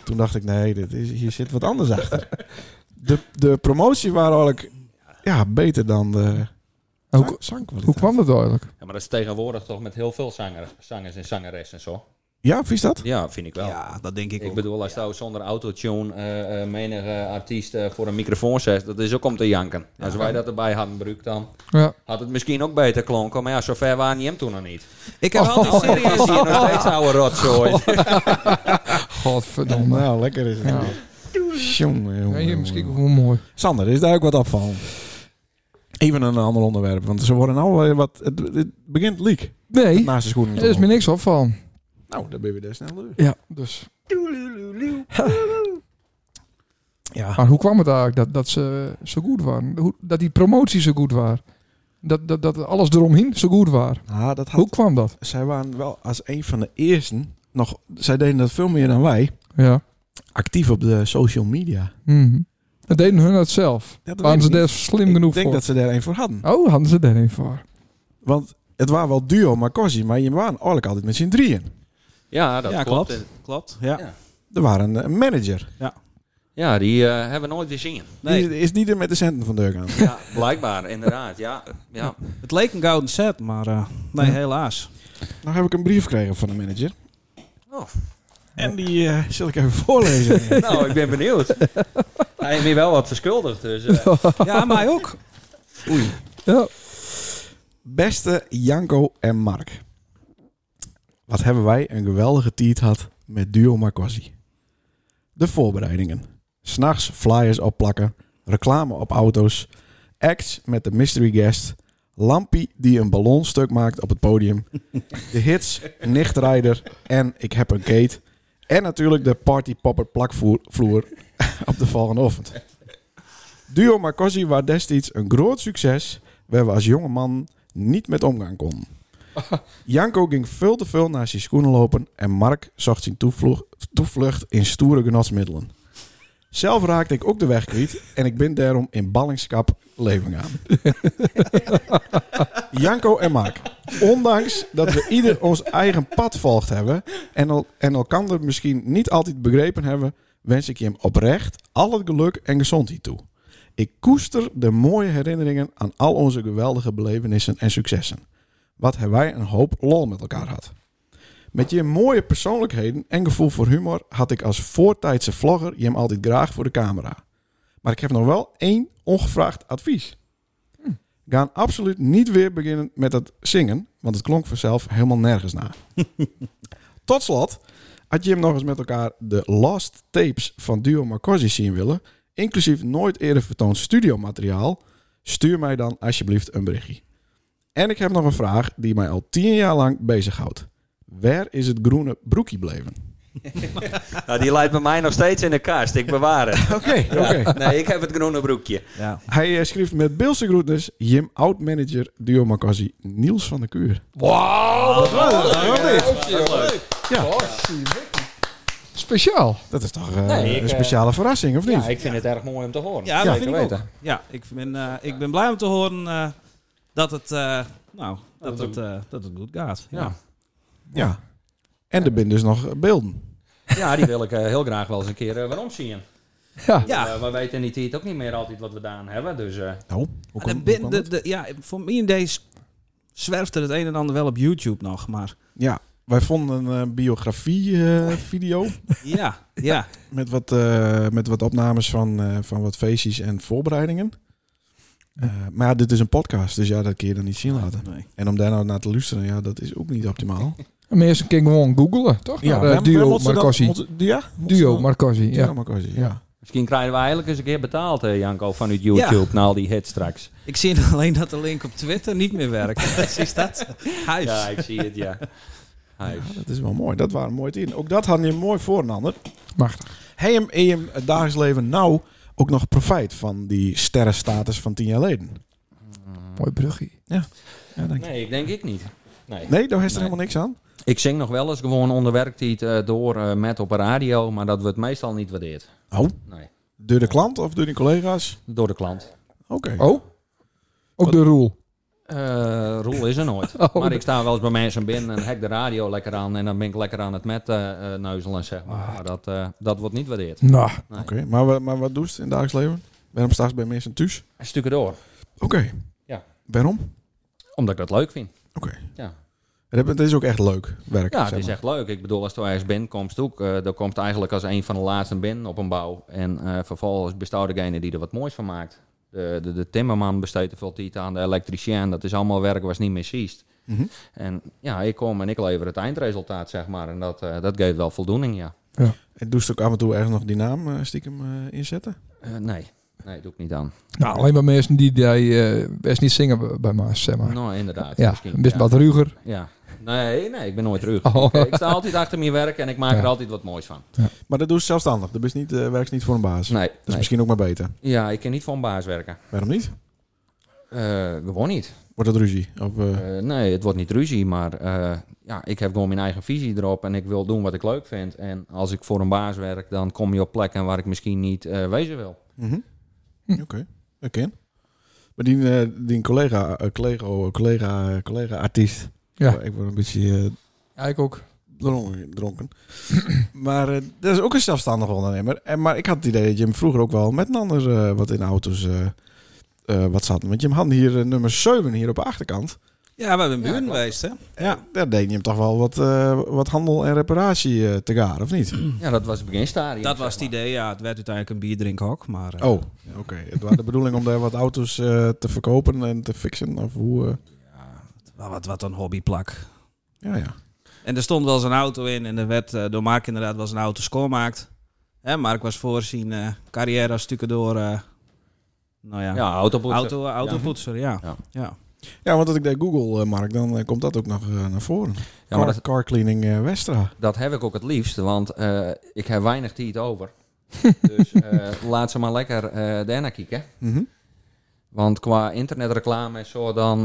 [SPEAKER 1] toen dacht ik, nee, dit is, hier zit wat anders achter. De, de promotie waren eigenlijk ja, beter dan de
[SPEAKER 2] En
[SPEAKER 1] zang-
[SPEAKER 2] Hoe,
[SPEAKER 1] zangkwaliteit.
[SPEAKER 2] hoe kwam dat eigenlijk?
[SPEAKER 4] Ja, maar dat is tegenwoordig toch met heel veel zanger, zangers en zangeressen zo.
[SPEAKER 1] Ja, vies dat?
[SPEAKER 4] Ja, vind ik wel.
[SPEAKER 5] Ja, dat denk ik,
[SPEAKER 4] Ik
[SPEAKER 5] ook.
[SPEAKER 4] bedoel, als jou zonder autotune eh eh, menige artiest eh, voor een microfoon zet, dat is ook om te janken. Als wij dat erbij hadden gebruikt, dan
[SPEAKER 2] Ja.
[SPEAKER 4] had het misschien ook beter klonken. Maar ja, zover waren die hem toen nog niet.
[SPEAKER 5] Ik heb altijd
[SPEAKER 1] Oh.
[SPEAKER 5] serieus...
[SPEAKER 4] Is hier nog steeds oude rotzooi.
[SPEAKER 2] Godverdomme.
[SPEAKER 1] Nou, lekker is het.
[SPEAKER 2] Ja.
[SPEAKER 1] Jongen, jongen,
[SPEAKER 2] Weet je
[SPEAKER 1] jongen,
[SPEAKER 2] misschien
[SPEAKER 1] jongen.
[SPEAKER 2] hoe mooi.
[SPEAKER 1] Sander, is daar ook wat opvallen? Even een ander onderwerp, want ze worden nou weer wat... Het, het begint leak
[SPEAKER 2] Nee,
[SPEAKER 1] naast de schoenen.
[SPEAKER 2] er is me niks opvallen.
[SPEAKER 1] Nou, daar ben je weer snel door.
[SPEAKER 2] Ja, dus.
[SPEAKER 1] Ja.
[SPEAKER 2] Maar hoe kwam het eigenlijk dat, dat ze zo goed waren? Hoe, dat die promotie zo goed was? Dat, dat, dat alles eromheen zo goed was?
[SPEAKER 1] Ah, dat had,
[SPEAKER 2] Hoe kwam dat?
[SPEAKER 1] Zij waren wel als een van de eersten nog... Zij deden dat veel meer dan wij.
[SPEAKER 2] Ja.
[SPEAKER 1] Actief op de social media.
[SPEAKER 2] Mhm. Dat deden hun dat zelf.
[SPEAKER 1] Dat
[SPEAKER 2] Waren
[SPEAKER 1] weet
[SPEAKER 2] ze
[SPEAKER 1] ik
[SPEAKER 2] daar
[SPEAKER 1] niet.
[SPEAKER 2] slim
[SPEAKER 1] Ik
[SPEAKER 2] genoeg
[SPEAKER 1] denk
[SPEAKER 2] voor?
[SPEAKER 1] dat ze daar een voor hadden.
[SPEAKER 2] Oh, hadden ze daar een voor.
[SPEAKER 1] Want het waren wel duo Marcosi, maar je waren eigenlijk altijd met z'n drieën.
[SPEAKER 4] Ja, dat
[SPEAKER 5] ja,
[SPEAKER 4] klopt.
[SPEAKER 5] klopt. Klopt, ja.
[SPEAKER 4] Ja.
[SPEAKER 1] Er waren een, een manager.
[SPEAKER 4] Ja, die eh, hebben we nooit weer zien.
[SPEAKER 5] Nee,
[SPEAKER 1] Die is niet er met de centen van deur gaan.
[SPEAKER 4] Ja, [laughs] blijkbaar, inderdaad. Ja, [laughs] ja.
[SPEAKER 5] het leek een gouden set, maar eh, nee, helaas.
[SPEAKER 1] Nou heb ik een brief gekregen van de manager.
[SPEAKER 4] Oh.
[SPEAKER 1] En die eh, zal ik even [laughs] voorlezen.
[SPEAKER 4] Nou, ik ben benieuwd. Hij heeft me wel wat verschuldigd. Dus, eh, [laughs]
[SPEAKER 5] Ja, mij ook.
[SPEAKER 2] Ja.
[SPEAKER 1] Beste Janko en Mark. Wat hebben wij een geweldige tiet had met duo Marcosi. De voorbereidingen. S'nachts flyers opplakken. Reclame op auto's. Acts met de mystery guest. Lampie die een ballonstuk maakt op het podium. De hits Nichtrijder en Ik heb een Kate. En natuurlijk de party popper plakvloer vloer [laughs] op de volgende ochtend. Duo Marcosi was destijds een groot succes waar we als jonge man niet met omgaan konden. Janko ging veel te veel naar zijn schoenen lopen en Mark zocht zijn toevlucht, toevlucht in stoere genotsmiddelen. Zelf raakte ik ook de weg kwijt en ik ben daarom in ballingschap leven gaan. Janko en Mark, ondanks dat we ieder ons eigen pad volgt hebben en, el en elkander misschien niet altijd begrepen hebben, wens ik je hem oprecht al het geluk en gezondheid toe. Ik koester de mooie herinneringen aan al onze geweldige belevenissen en successen. Wat hebben wij een hoop lol met elkaar gehad. Met je mooie persoonlijkheden en gevoel voor humor had ik als voortijdse vlogger je hem altijd graag voor de camera. Maar ik heb nog wel één ongevraagd advies. Ga absoluut niet weer beginnen met het zingen, want het klonk vanzelf helemaal nergens na. Tot slot had je hem nog eens met elkaar de last tapes van Duo Marcosi zien willen, inclusief nooit eerder vertoond studiomateriaal, stuur mij dan alsjeblieft een berichtje. En ik heb nog een vraag die mij al tien jaar lang bezighoudt. Waar is het groene broekje bleven?
[SPEAKER 4] nou, die lijkt bij mij nog steeds in de kast. Ik bewaar het. [laughs]
[SPEAKER 1] Oké, [laughs] oké.
[SPEAKER 4] Nee, ik heb het groene broekje.
[SPEAKER 5] Ja.
[SPEAKER 1] Hij eh, schreef met Beelse groetens Jim oud-manager Duo Marcosi Niels van de Kuur.
[SPEAKER 2] Wauw, wat
[SPEAKER 1] Oh,
[SPEAKER 2] was het?
[SPEAKER 4] Oh,
[SPEAKER 1] Ja.
[SPEAKER 2] Speciaal.
[SPEAKER 1] Dat is toch eh,
[SPEAKER 4] Nee, ik,
[SPEAKER 1] een speciale verrassing, of niet?
[SPEAKER 4] Ja, ik vind het erg mooi om te horen.
[SPEAKER 5] Ja, dat
[SPEAKER 4] Zeker
[SPEAKER 5] vind ik ook. Ja, ik ben, eh, ik ben blij om te horen eh, dat het, eh, nou, dat het, eh, dat het goed gaat. Ja.
[SPEAKER 1] Ja. En er zijn dus nog eh, beelden.
[SPEAKER 4] Ja, die wil ik eh, heel graag wel eens een keer eh, waarom zien.
[SPEAKER 2] Ja.
[SPEAKER 5] Ja.
[SPEAKER 4] Eh, we weten niet, het ook niet meer altijd wat we gedaan hebben. Dus eh,
[SPEAKER 1] Nou, hoe
[SPEAKER 5] Maar
[SPEAKER 1] komt-
[SPEAKER 5] de,
[SPEAKER 1] hoe
[SPEAKER 5] bin-
[SPEAKER 1] kwam
[SPEAKER 5] de,
[SPEAKER 1] dat?
[SPEAKER 5] de- ja, voor mij in deze zwerft er het een en ander wel op YouTube nog, maar
[SPEAKER 1] Ja, wij vonden een eh, biografie-video
[SPEAKER 5] ja, ja.
[SPEAKER 1] met, wat, eh, met wat opnames van, eh, van wat feestjes en voorbereidingen. Eh, maar ja, dit is een podcast, dus ja, dat kun je dan niet zien laten.
[SPEAKER 5] Nee.
[SPEAKER 1] En om daar nou naar te luisteren, ja, dat is ook niet optimaal.
[SPEAKER 2] Maar eerst een keer gewoon googelen, toch? Naar, eh,
[SPEAKER 1] wij- wij
[SPEAKER 2] duo
[SPEAKER 1] moeten dat-
[SPEAKER 2] Marcosi.
[SPEAKER 1] moeten- ja? moeten
[SPEAKER 2] Duo
[SPEAKER 1] we-
[SPEAKER 2] Marcosi,
[SPEAKER 1] Duo
[SPEAKER 2] ja.
[SPEAKER 1] Marcosi,
[SPEAKER 2] Ja.
[SPEAKER 1] ja.
[SPEAKER 4] misschien krijgen we eigenlijk eens een keer betaald, eh, Janko, vanuit YouTube. Na al die hits straks.
[SPEAKER 5] Ik zie [laughs] alleen dat de link op Twitter niet meer werkt. Precies dat. Huis.
[SPEAKER 4] Ja, ik zie het, [laughs] ja. Hij
[SPEAKER 1] Ja, Dat is wel mooi. Dat waren mooie tien. Ook dat hadden je mooi voor een ander.
[SPEAKER 2] Machtig.
[SPEAKER 1] Hij hem in je dagelijks leven nou ook nog profijt van die sterrenstatus van tien jaar geleden.
[SPEAKER 2] Mooi brugje.
[SPEAKER 1] Ja, dank je.
[SPEAKER 4] Nee, ik denk ik niet. Nee.
[SPEAKER 1] Nee, daar is er
[SPEAKER 4] Nee.
[SPEAKER 1] helemaal niks aan.
[SPEAKER 4] Ik zing nog wel eens gewoon onder werktijd eh, door eh, met op de radio, maar dat wordt meestal niet waardeerd.
[SPEAKER 1] Oh.
[SPEAKER 4] Nee.
[SPEAKER 1] Door de klant of door die collega's?
[SPEAKER 4] Door de klant.
[SPEAKER 1] Oké.
[SPEAKER 2] Oh? Ook de roel.
[SPEAKER 4] Eh Roel is er [laughs] nooit.
[SPEAKER 2] Oh.
[SPEAKER 4] Maar ik sta wel eens bij mensen binnen en hek de radio lekker aan en dan ben ik lekker aan het met eh, eh, neuzelen, zeg maar.
[SPEAKER 1] Ah.
[SPEAKER 4] Maar dat, eh, dat wordt niet waardeerd.
[SPEAKER 2] Nou,
[SPEAKER 1] Oké, maar, wa- maar wat doe je in het dagelijks leven? Waarom straks bij mensen thuis?
[SPEAKER 4] Een stukje door,
[SPEAKER 1] Oké.
[SPEAKER 4] Ja.
[SPEAKER 1] Waarom?
[SPEAKER 4] omdat ik dat leuk vind.
[SPEAKER 1] Oké.
[SPEAKER 4] Ja.
[SPEAKER 1] Het Het is ook echt leuk werk.
[SPEAKER 4] Ja,
[SPEAKER 1] zeg
[SPEAKER 4] het is
[SPEAKER 1] maar.
[SPEAKER 4] echt leuk. Ik bedoel, als er ergens bent, komt ook. eh dat komt eigenlijk als een van de laatsten binnen op een bouw. En eh, vervolgens bestaat degene die er wat moois van maakt. De, de, de timmerman besteedt er veel tijd aan, de elektricien. Dat is allemaal werk wat je niet meer ziet.
[SPEAKER 1] Mhm.
[SPEAKER 4] En ja, ik kom en ik lever het eindresultaat, zeg maar. En dat, eh, dat geeft wel voldoening, ja.
[SPEAKER 1] En doe je ook af en toe ergens nog die naam eh, stiekem eh, inzetten?
[SPEAKER 4] Eh, nee. Nee, doe ik niet aan.
[SPEAKER 2] Nou, alleen maar mensen die, die eh best niet zingen bij- bij Maas, zeg maar.
[SPEAKER 4] Nou, inderdaad.
[SPEAKER 2] ja,
[SPEAKER 4] misschien,
[SPEAKER 2] best
[SPEAKER 4] ja.
[SPEAKER 2] wat ruiger.
[SPEAKER 4] Ja. Nee, nee, ik ben nooit terug.
[SPEAKER 2] Oh.
[SPEAKER 4] Ik, ik sta altijd achter mijn werk en ik maak
[SPEAKER 2] Ja.
[SPEAKER 4] er altijd wat moois van.
[SPEAKER 1] Maar dat doe je zelfstandig. Dat is niet, eh, werkt niet voor een baas.
[SPEAKER 4] Nee,
[SPEAKER 1] Dat is
[SPEAKER 4] nee.
[SPEAKER 1] misschien ook maar beter.
[SPEAKER 4] Ja, ik kan niet voor een baas werken.
[SPEAKER 1] Waarom niet?
[SPEAKER 4] Eh, gewoon niet.
[SPEAKER 1] Wordt het ruzie? Of, eh,
[SPEAKER 4] Eh, nee, het wordt niet ruzie, maar eh, ja, ik heb gewoon mijn eigen visie erop en ik wil doen wat ik leuk vind. En als ik voor een baas werk, dan kom je op plekken waar ik misschien niet eh, wezen wil.
[SPEAKER 1] mhm.
[SPEAKER 2] Hm.
[SPEAKER 1] Oké, dat ken. Maar die, eh, die collega, eh, collega, oh, collega, eh, collega artiest.
[SPEAKER 2] Ja.
[SPEAKER 1] Ik word een beetje eh,
[SPEAKER 2] Ja, ik ook.
[SPEAKER 1] dronken. dronken. [clears throat] maar eh, dat is ook een zelfstandig ondernemer. En, maar ik had het idee dat je hem vroeger ook wel met een ander eh, wat in auto's eh, eh, wat zat. Want je hem had hier eh, nummer 7 hier op de achterkant.
[SPEAKER 5] Ja, we hebben een
[SPEAKER 4] Ja,
[SPEAKER 5] buren
[SPEAKER 4] klopt.
[SPEAKER 5] geweest, hè?
[SPEAKER 1] Ja. Daar deed je hem toch wel wat, eh, wat handel en reparatie eh, te gaar, of
[SPEAKER 4] [clears throat]
[SPEAKER 1] niet?
[SPEAKER 4] Ja, dat was het beginstadium.
[SPEAKER 5] Dat
[SPEAKER 4] zeg
[SPEAKER 5] was het
[SPEAKER 4] maar.
[SPEAKER 5] idee, ja. Het werd uiteindelijk een bierdrinkhok, maar... eh,
[SPEAKER 1] Oh, oké. Het was de bedoeling om daar wat auto's eh, te verkopen en te fixen. Of hoe... eh,
[SPEAKER 5] ja, wat, wat een hobbyplak.
[SPEAKER 1] ja, ja.
[SPEAKER 5] En er stond wel eens een auto in en er werd eh, door Mark inderdaad was een auto schoonmaakt. Hè, Mark was voorzien eh, carrière als stukendoor... eh nou ja,
[SPEAKER 4] Ja, autopoetsen.
[SPEAKER 5] auto, autopoetser, ja.
[SPEAKER 4] Ja.
[SPEAKER 5] Ja.
[SPEAKER 1] Ja, want dat ik deed Google, eh, Mark, dan eh, komt dat ook nog eh, naar voren.
[SPEAKER 4] Ja, maar
[SPEAKER 1] car,
[SPEAKER 4] dat,
[SPEAKER 1] car cleaning eh, Westra.
[SPEAKER 4] dat heb ik ook het liefst, want eh, ik heb weinig
[SPEAKER 1] [laughs]
[SPEAKER 4] tijd over. dus eh, laat ze maar lekker eh daarna kijken.
[SPEAKER 1] Mhm.
[SPEAKER 4] Want qua internetreclame en zo, dan, eh,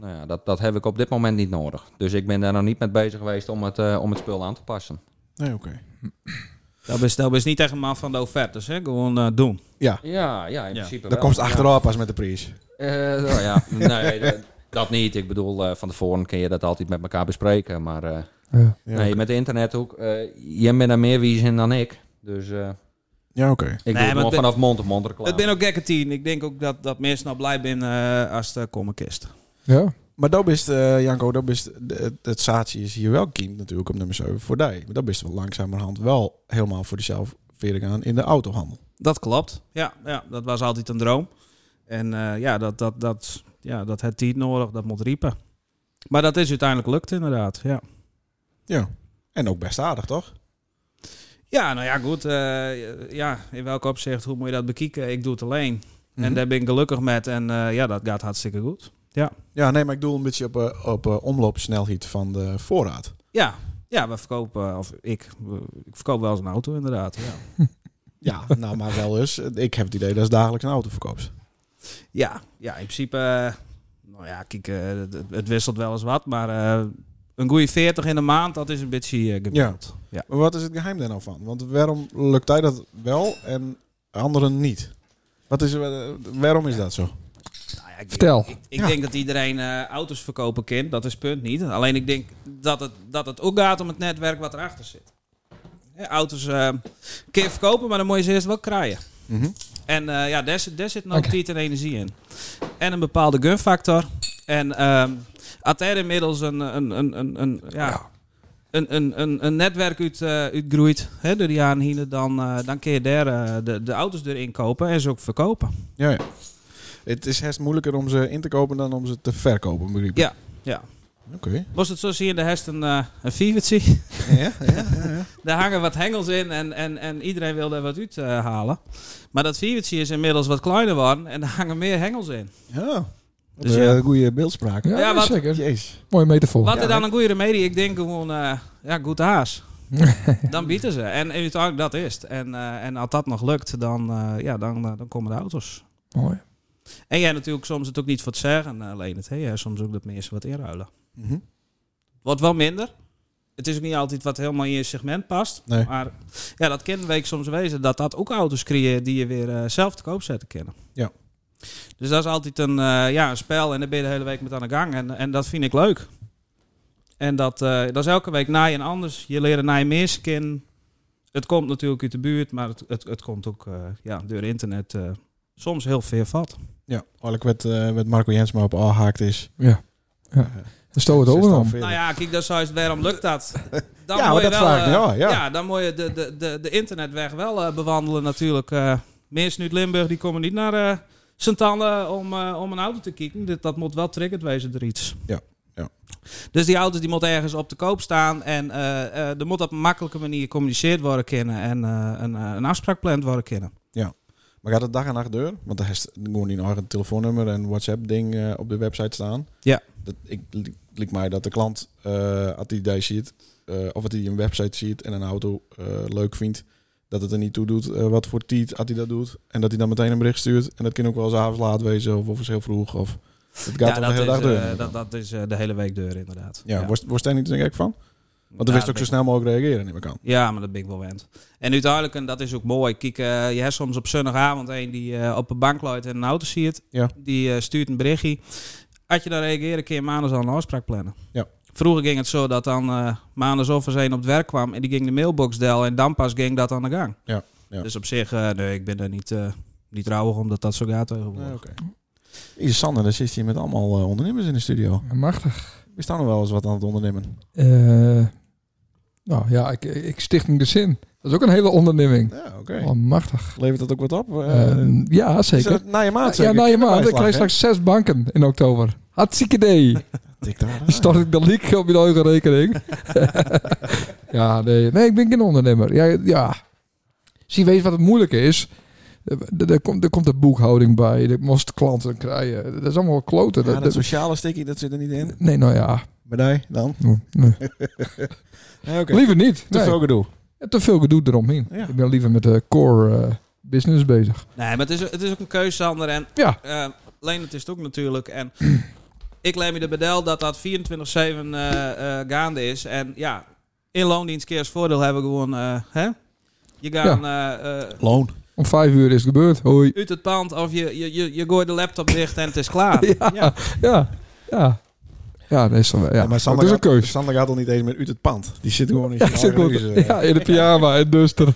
[SPEAKER 4] nou ja, dat, dat heb ik op dit moment niet nodig. Dus ik ben daar nog niet mee bezig geweest om het, eh, om het spul aan te passen.
[SPEAKER 1] Nee, oké.
[SPEAKER 5] Dat is, dat is niet echt een man van de offertes, hè? Gewoon eh, doen.
[SPEAKER 4] Ja, ja in
[SPEAKER 5] Ja.
[SPEAKER 4] principe
[SPEAKER 1] Dan
[SPEAKER 4] wel.
[SPEAKER 1] komt ze
[SPEAKER 4] Ja.
[SPEAKER 1] achteraf pas met de prijs.
[SPEAKER 4] Eh, nou ja, nee, [laughs] dat, dat niet. Ik bedoel, eh, van tevoren kun je dat altijd met elkaar bespreken. Maar eh,
[SPEAKER 2] Ja.
[SPEAKER 1] Ja,
[SPEAKER 4] nee,
[SPEAKER 1] oké.
[SPEAKER 4] met de internethoek, eh jij bent daar meer wie in dan ik. Dus eh,
[SPEAKER 1] Ja, oké.
[SPEAKER 5] maar
[SPEAKER 4] ik doe het gewoon
[SPEAKER 5] het ben-
[SPEAKER 4] vanaf mond tot mond reclame.
[SPEAKER 5] Het ben ook gekke tien. Ik denk ook dat, dat mensen nou blij zijn eh, als de komen kist.
[SPEAKER 2] Ja.
[SPEAKER 1] Maar dat is, eh, Janko, dat is, het, het zaadje is hier wel kiemt natuurlijk op nummer 7 voor die. Maar dat is wel langzamerhand wel helemaal voor jezelf vering aan in de autohandel.
[SPEAKER 5] Dat klopt. Ja, ja dat was altijd een droom. En eh, ja, dat, dat, dat, ja, dat had tijd nodig, dat moet riepen. Maar dat is uiteindelijk lukt inderdaad, ja.
[SPEAKER 1] Ja. En ook best aardig, toch?
[SPEAKER 5] Ja, nou ja, goed. eh, ja, in welk opzicht, hoe moet je dat bekijken? Ik doe het alleen. En
[SPEAKER 1] Mhm.
[SPEAKER 5] daar ben ik gelukkig met. En eh, ja, dat gaat hartstikke goed.
[SPEAKER 1] Ja, nee, maar ik doe een beetje op, eh, op eh, omloopsnelheid van de voorraad.
[SPEAKER 5] Ja, ja we verkopen, eh, of ik, we- ik verkoop wel eens een auto inderdaad, ja.
[SPEAKER 1] Ja, nou, maar wel eens. Ik heb het idee dat ze dagelijks een auto verkoopt.
[SPEAKER 5] Ja, ja in principe. eh, nou ja, kijk, eh, het, het wisselt wel eens wat. Maar eh, een goede 40 in de maand, dat is een beetje eh, gemiddeld. Ja.
[SPEAKER 1] Maar wat is het geheim daar nou van? Want waarom lukt hij dat wel en anderen niet? Wat is, eh, waarom is dat zo?
[SPEAKER 5] Nou ja, ik denk-
[SPEAKER 2] Vertel.
[SPEAKER 5] Ik, ik denk dat iedereen eh, auto's verkopen kan. Dat is punt niet. Alleen ik denk dat het, dat het ook gaat om het netwerk wat erachter zit. Hè, auto's eh kun je verkopen, maar dan moet je ze eerst wel krijgen.
[SPEAKER 1] Mhm.
[SPEAKER 5] En eh, ja, daar, zit- daar zit nog
[SPEAKER 2] Oké.
[SPEAKER 5] tijd en energie in. En een bepaalde gunfactor. En ehm had er inmiddels een, een, een, een, een, ja, een, een, een, een netwerk uit, eh, uitgroeit hè, door die aanhielen, dan, eh, dan kun je daar eh, de, de auto's erin kopen en ze ook verkopen.
[SPEAKER 1] Ja, ja. Het is best moeilijker om ze in te kopen dan om ze te verkopen, begreep ik.
[SPEAKER 5] Ja, ja.
[SPEAKER 1] Oké.
[SPEAKER 5] Moest het zo zien, daar heeft een, eh een vierwitsie.
[SPEAKER 1] Ja, ja, ja, ja.
[SPEAKER 5] Daar hangen wat hengels in en, en, en iedereen wil daar wat uit eh, halen. Maar dat vierwitsie is inmiddels wat kleiner geworden en daar hangen meer hengels in.
[SPEAKER 1] [laughs] Ja. Wat
[SPEAKER 5] Dus
[SPEAKER 1] een,
[SPEAKER 5] ja.
[SPEAKER 1] eh, goede beeldspraak.
[SPEAKER 2] Ja,
[SPEAKER 5] Ja, wat-
[SPEAKER 2] zeker.
[SPEAKER 1] Jeez.
[SPEAKER 2] Mooie metafoor.
[SPEAKER 5] Wat is dan een goede remedie? Ik denk gewoon, eh, ja, goed haas. dan bieden ze. En uiteindelijk dat is het. En, eh, en als dat nog lukt, dan, eh, ja, dan, eh, dan komen de auto's.
[SPEAKER 2] Mooi.
[SPEAKER 5] En jij natuurlijk soms het ook niet voor het zeggen, eh, alleen het. Hè? Ja, soms ook dat mensen wat inruilen.
[SPEAKER 1] Mhm.
[SPEAKER 5] Wordt wel minder. Het is ook niet altijd wat helemaal in je segment past.
[SPEAKER 1] Nee.
[SPEAKER 5] Maar ja, dat kan week soms wezen dat dat ook auto's creëert die je weer eh, zelf te koop zetten kennen.
[SPEAKER 1] Ja.
[SPEAKER 5] Dus dat is altijd een, eh, ja, een spel en daar ben je de hele week met aan de gang. En, en dat vind ik leuk. En dat, eh, dat is elke week naaien anders. Je leren naaien meer kennen. Het komt natuurlijk uit de buurt, maar het, het, het komt ook eh, ja, door internet eh, soms heel veervat.
[SPEAKER 1] Ja, eigenlijk wat, eh, wat Marco Jensma op al haakt is.
[SPEAKER 2] Ja. Ja.
[SPEAKER 1] Eh,
[SPEAKER 2] Dan stoot het
[SPEAKER 1] zes
[SPEAKER 2] over
[SPEAKER 1] dan
[SPEAKER 2] om.
[SPEAKER 1] verder.
[SPEAKER 5] Nou ja, kijk, dat is juist waarom lukt
[SPEAKER 1] [laughs]
[SPEAKER 5] dat? Dan
[SPEAKER 1] Ja,
[SPEAKER 5] moet
[SPEAKER 1] maar
[SPEAKER 5] je
[SPEAKER 1] dat
[SPEAKER 5] wel,
[SPEAKER 1] vraag ik
[SPEAKER 5] eh,
[SPEAKER 1] me af, ja.
[SPEAKER 5] dan moet je de, de, de, de internetweg wel eh, bewandelen natuurlijk. Eh mensen uit Limburg die komen niet naar eh Sint-Anne om, eh, om een auto te kijken. Dit, dat moet wel triggerd wezen er iets.
[SPEAKER 1] Ja, ja.
[SPEAKER 5] Dus die auto's die moeten ergens op te koop staan. En eh, eh, er moet op een makkelijke manier gecommuniceerd worden kunnen. En eh, een, eh, een afspraak gepland worden kunnen.
[SPEAKER 1] Maar gaat het dag en nacht deur? Want daar is gewoon die eigen telefoonnummer en WhatsApp-ding eh, op de website staan.
[SPEAKER 5] Ja.
[SPEAKER 1] Dat, ik li- liek mij dat de klant, eh als hij die ziet, eh, of als hij een website ziet en een auto eh, leuk vindt, dat het er niet toe doet eh, wat voor tiet als hij dat doet. En dat hij dan meteen een bericht stuurt. En dat kan ook wel eens avonds laat wezen of, of eens heel vroeg. Of, het gaat
[SPEAKER 5] ja,
[SPEAKER 1] toch
[SPEAKER 5] dat
[SPEAKER 1] de hele
[SPEAKER 5] is,
[SPEAKER 1] dag deur.
[SPEAKER 5] eh, dat, dat is eh, de hele week deur, inderdaad.
[SPEAKER 1] ja, Worst, worst daar niet een gek van? Want dan wist ook zo snel mogelijk reageren, neem ik aan.
[SPEAKER 5] Ja, maar dat ben ik wel wend. En uiteindelijk, en dat is ook mooi. Kijk, eh, je hebt soms op zondagavond een die eh, op een bank luidt en een auto ziet.
[SPEAKER 1] Ja.
[SPEAKER 5] Die eh, stuurt een berichtje. Als je dan reageert, kun je maandag al een afspraak plannen.
[SPEAKER 1] Ja.
[SPEAKER 5] Vroeger ging het zo dat dan eh maandag of eens een op het werk kwam en die ging de mailbox delen en dan pas ging dat aan de gang.
[SPEAKER 1] Ja, ja.
[SPEAKER 5] Dus op zich, eh, nee, ik ben er niet, eh niet trouwig omdat dat zo gaat eh, tegenwoordig.
[SPEAKER 1] Nee, Ah, oké. Hier, Sander, daar zit hier met allemaal eh, ondernemers in de studio.
[SPEAKER 2] Machtig.
[SPEAKER 1] We staan nog wel eens wat aan het ondernemen.
[SPEAKER 2] Eh, nou ja, ik, ik stichting de zin. Dat is ook een hele onderneming.
[SPEAKER 1] Ja, oké.
[SPEAKER 2] Oh, machtig.
[SPEAKER 1] Levert dat ook wat op? Eh,
[SPEAKER 2] Eh, ja, zeker.
[SPEAKER 1] Is dat na je maat
[SPEAKER 2] ja,
[SPEAKER 1] zeker?
[SPEAKER 2] nou je maand. Ik
[SPEAKER 1] Kinderbijslag,
[SPEAKER 2] krijg
[SPEAKER 1] hè?
[SPEAKER 2] straks zes banken in oktober. Hartstikke idee.
[SPEAKER 1] Tik daar aan.
[SPEAKER 2] Dan stort ik de leak op je eigen rekening. [laughs] ja, nee. Nee, ik ben geen ondernemer. Ja, ja. Zie, weet je wat het moeilijke is? Er- Er er komt, er komt de boekhouding bij. Je moest klanten krijgen. Dat is allemaal kloten.
[SPEAKER 1] Ja,
[SPEAKER 2] Dat-
[SPEAKER 1] dat
[SPEAKER 2] dat-
[SPEAKER 1] sociale stikkie, dat zit er niet in.
[SPEAKER 2] nee, nou ja.
[SPEAKER 1] Maar nee, dan?
[SPEAKER 2] Nee.
[SPEAKER 1] Ja, oké.
[SPEAKER 2] Liever niet.
[SPEAKER 1] Te
[SPEAKER 2] Nee.
[SPEAKER 1] veel gedoe.
[SPEAKER 2] Ja, te veel gedoe eromheen.
[SPEAKER 1] Ja.
[SPEAKER 2] Ik ben liever met de core eh, business bezig.
[SPEAKER 5] Nee, maar het is, het is ook een keuze, Sander. En
[SPEAKER 2] Ja.
[SPEAKER 5] eh Leendert is het ook natuurlijk. En [clears throat] ik leem je de bedel dat dat 24-7 eh, eh, gaande is. En ja, in loondienst keer als voordeel hebben we gewoon... eh, hè? Je gaat eh, eh,
[SPEAKER 1] Loon.
[SPEAKER 2] Om vijf uur is het gebeurd. Hoi.
[SPEAKER 5] uit het pand of je, je, je, je gooit de laptop dicht en het
[SPEAKER 2] [laughs]
[SPEAKER 5] is klaar.
[SPEAKER 2] Ja. Ja. Ja. Ja, nee, is dan wel- ja.
[SPEAKER 1] maar
[SPEAKER 2] het
[SPEAKER 1] Sander,
[SPEAKER 2] is een
[SPEAKER 1] gaat-
[SPEAKER 2] keus.
[SPEAKER 1] Sander gaat al niet eens meer uit het pand. Die zit gewoon in
[SPEAKER 2] Ja,
[SPEAKER 1] zijn
[SPEAKER 2] ik zit
[SPEAKER 1] eigen
[SPEAKER 2] gewoon-
[SPEAKER 1] huis, eh.
[SPEAKER 2] ja, in de pyjama en dus duster.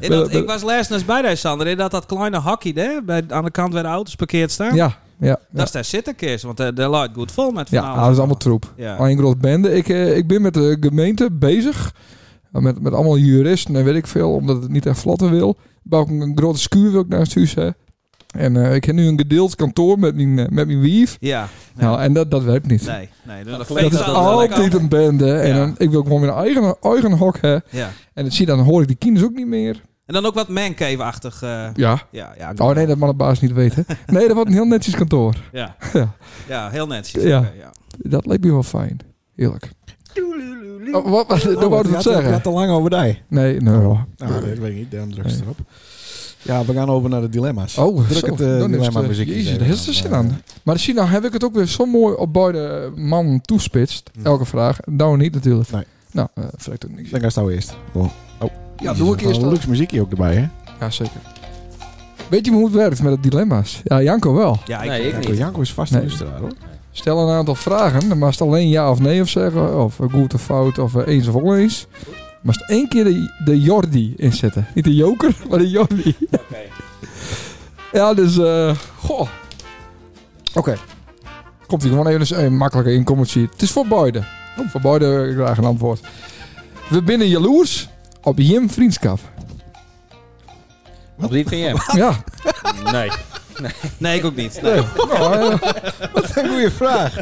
[SPEAKER 5] En dat, ik was laatst eens bij daar, Sander, in dat dat kleine hockey hè, bij, aan de kant waar de auto's parkeerd staan.
[SPEAKER 2] Ja, ja.
[SPEAKER 5] Dat
[SPEAKER 2] Ja,
[SPEAKER 5] is daar zittenkist, want eh, de daar loopt goed vol met van
[SPEAKER 2] ja
[SPEAKER 5] alles.
[SPEAKER 2] dat is allemaal Oh troep.
[SPEAKER 5] Ja.
[SPEAKER 2] Alleen groot bende. Ik, eh, ik ben met de gemeente bezig. Eh, Met, met allemaal juristen en weet ik veel. Omdat het niet echt vlotten wil. Bouw ik een grote schuur wil ik naast huis hebben. En eh, ik heb nu een gedeeld kantoor met mijn, eh, met mijn wief.
[SPEAKER 5] Ja.
[SPEAKER 2] Nou, en dat, dat werkt niet.
[SPEAKER 5] Nee, nee. Dat,
[SPEAKER 2] Dat is altijd een bende. En
[SPEAKER 5] Ja.
[SPEAKER 2] dan, ik wil gewoon mijn eigen, eigen hok hebben.
[SPEAKER 5] Ja.
[SPEAKER 2] En dan zie je, dan hoor ik die kinders ook niet meer.
[SPEAKER 5] En dan ook wat mancave-achtig. eh,
[SPEAKER 2] Ja.
[SPEAKER 5] ja, ja,
[SPEAKER 2] Oh nee, dat mag de baas niet weten. Nee, dat wordt een heel netjes kantoor.
[SPEAKER 5] Ja.
[SPEAKER 2] Ja.
[SPEAKER 5] ja, heel netjes.
[SPEAKER 2] Ja.
[SPEAKER 5] Oké, ja.
[SPEAKER 2] Dat lijkt me wel fijn. Heerlijk. Oh, wat, wat, dat wou ik
[SPEAKER 1] Je
[SPEAKER 2] wat
[SPEAKER 1] had- Je
[SPEAKER 2] zeggen.
[SPEAKER 1] had te lang over die.
[SPEAKER 2] Nee, oh. nee. hoor.
[SPEAKER 1] Nou, dat weet ik niet. Daarom druk ze
[SPEAKER 2] Nee.
[SPEAKER 1] erop. Ja, we gaan over naar de dilemma's.
[SPEAKER 2] Oh,
[SPEAKER 1] Druk
[SPEAKER 2] zo.
[SPEAKER 1] het, eh,
[SPEAKER 2] Dan is het,
[SPEAKER 1] dilemma
[SPEAKER 2] eh,
[SPEAKER 1] muziekje
[SPEAKER 2] Jezus,
[SPEAKER 1] even
[SPEAKER 2] daar is er
[SPEAKER 1] aan,
[SPEAKER 2] zin
[SPEAKER 1] eh.
[SPEAKER 2] aan. Maar zie, nou heb ik het ook weer zo mooi op beide mannen toespitst. Elke vraag. Nou niet natuurlijk.
[SPEAKER 1] Hm. Nee.
[SPEAKER 2] Nou, eh verrekt ook niks.
[SPEAKER 1] Dan ga je nou eerst. Oh.
[SPEAKER 2] Ja, doe ik
[SPEAKER 1] Wel
[SPEAKER 2] eerst
[SPEAKER 1] Een
[SPEAKER 2] dan.
[SPEAKER 1] luxe muziekje ook erbij, hè?
[SPEAKER 2] Ja, zeker. Weet je hoe het werkt met de dilemma's? Ja, Janko wel.
[SPEAKER 5] Ja,
[SPEAKER 4] Nee, ik
[SPEAKER 1] Janko,
[SPEAKER 4] niet.
[SPEAKER 1] Janko is vast
[SPEAKER 2] Nee.
[SPEAKER 1] een luisteraar, hoor.
[SPEAKER 2] Stel een aantal vragen, dan mag het alleen ja of nee of zeggen. Of eh, goed of fout, of eh, eens of oneens. Maar het één keer de, de Jordi inzetten. Niet de joker, [laughs] maar de Jordi. Ja, dus... eh, goh. Oké. Komt hier gewoon even eens een makkelijke inkomertje. Het is voor beide. Oh, Voor beide graag een antwoord. We binnen jaloers op Jim Vriendschap.
[SPEAKER 4] Op die VM?
[SPEAKER 2] Ja.
[SPEAKER 4] Nee.
[SPEAKER 5] Nee, ik ook niet.
[SPEAKER 2] Nee.
[SPEAKER 5] Nee.
[SPEAKER 2] Nou, eh,
[SPEAKER 1] Wat een goede vraag.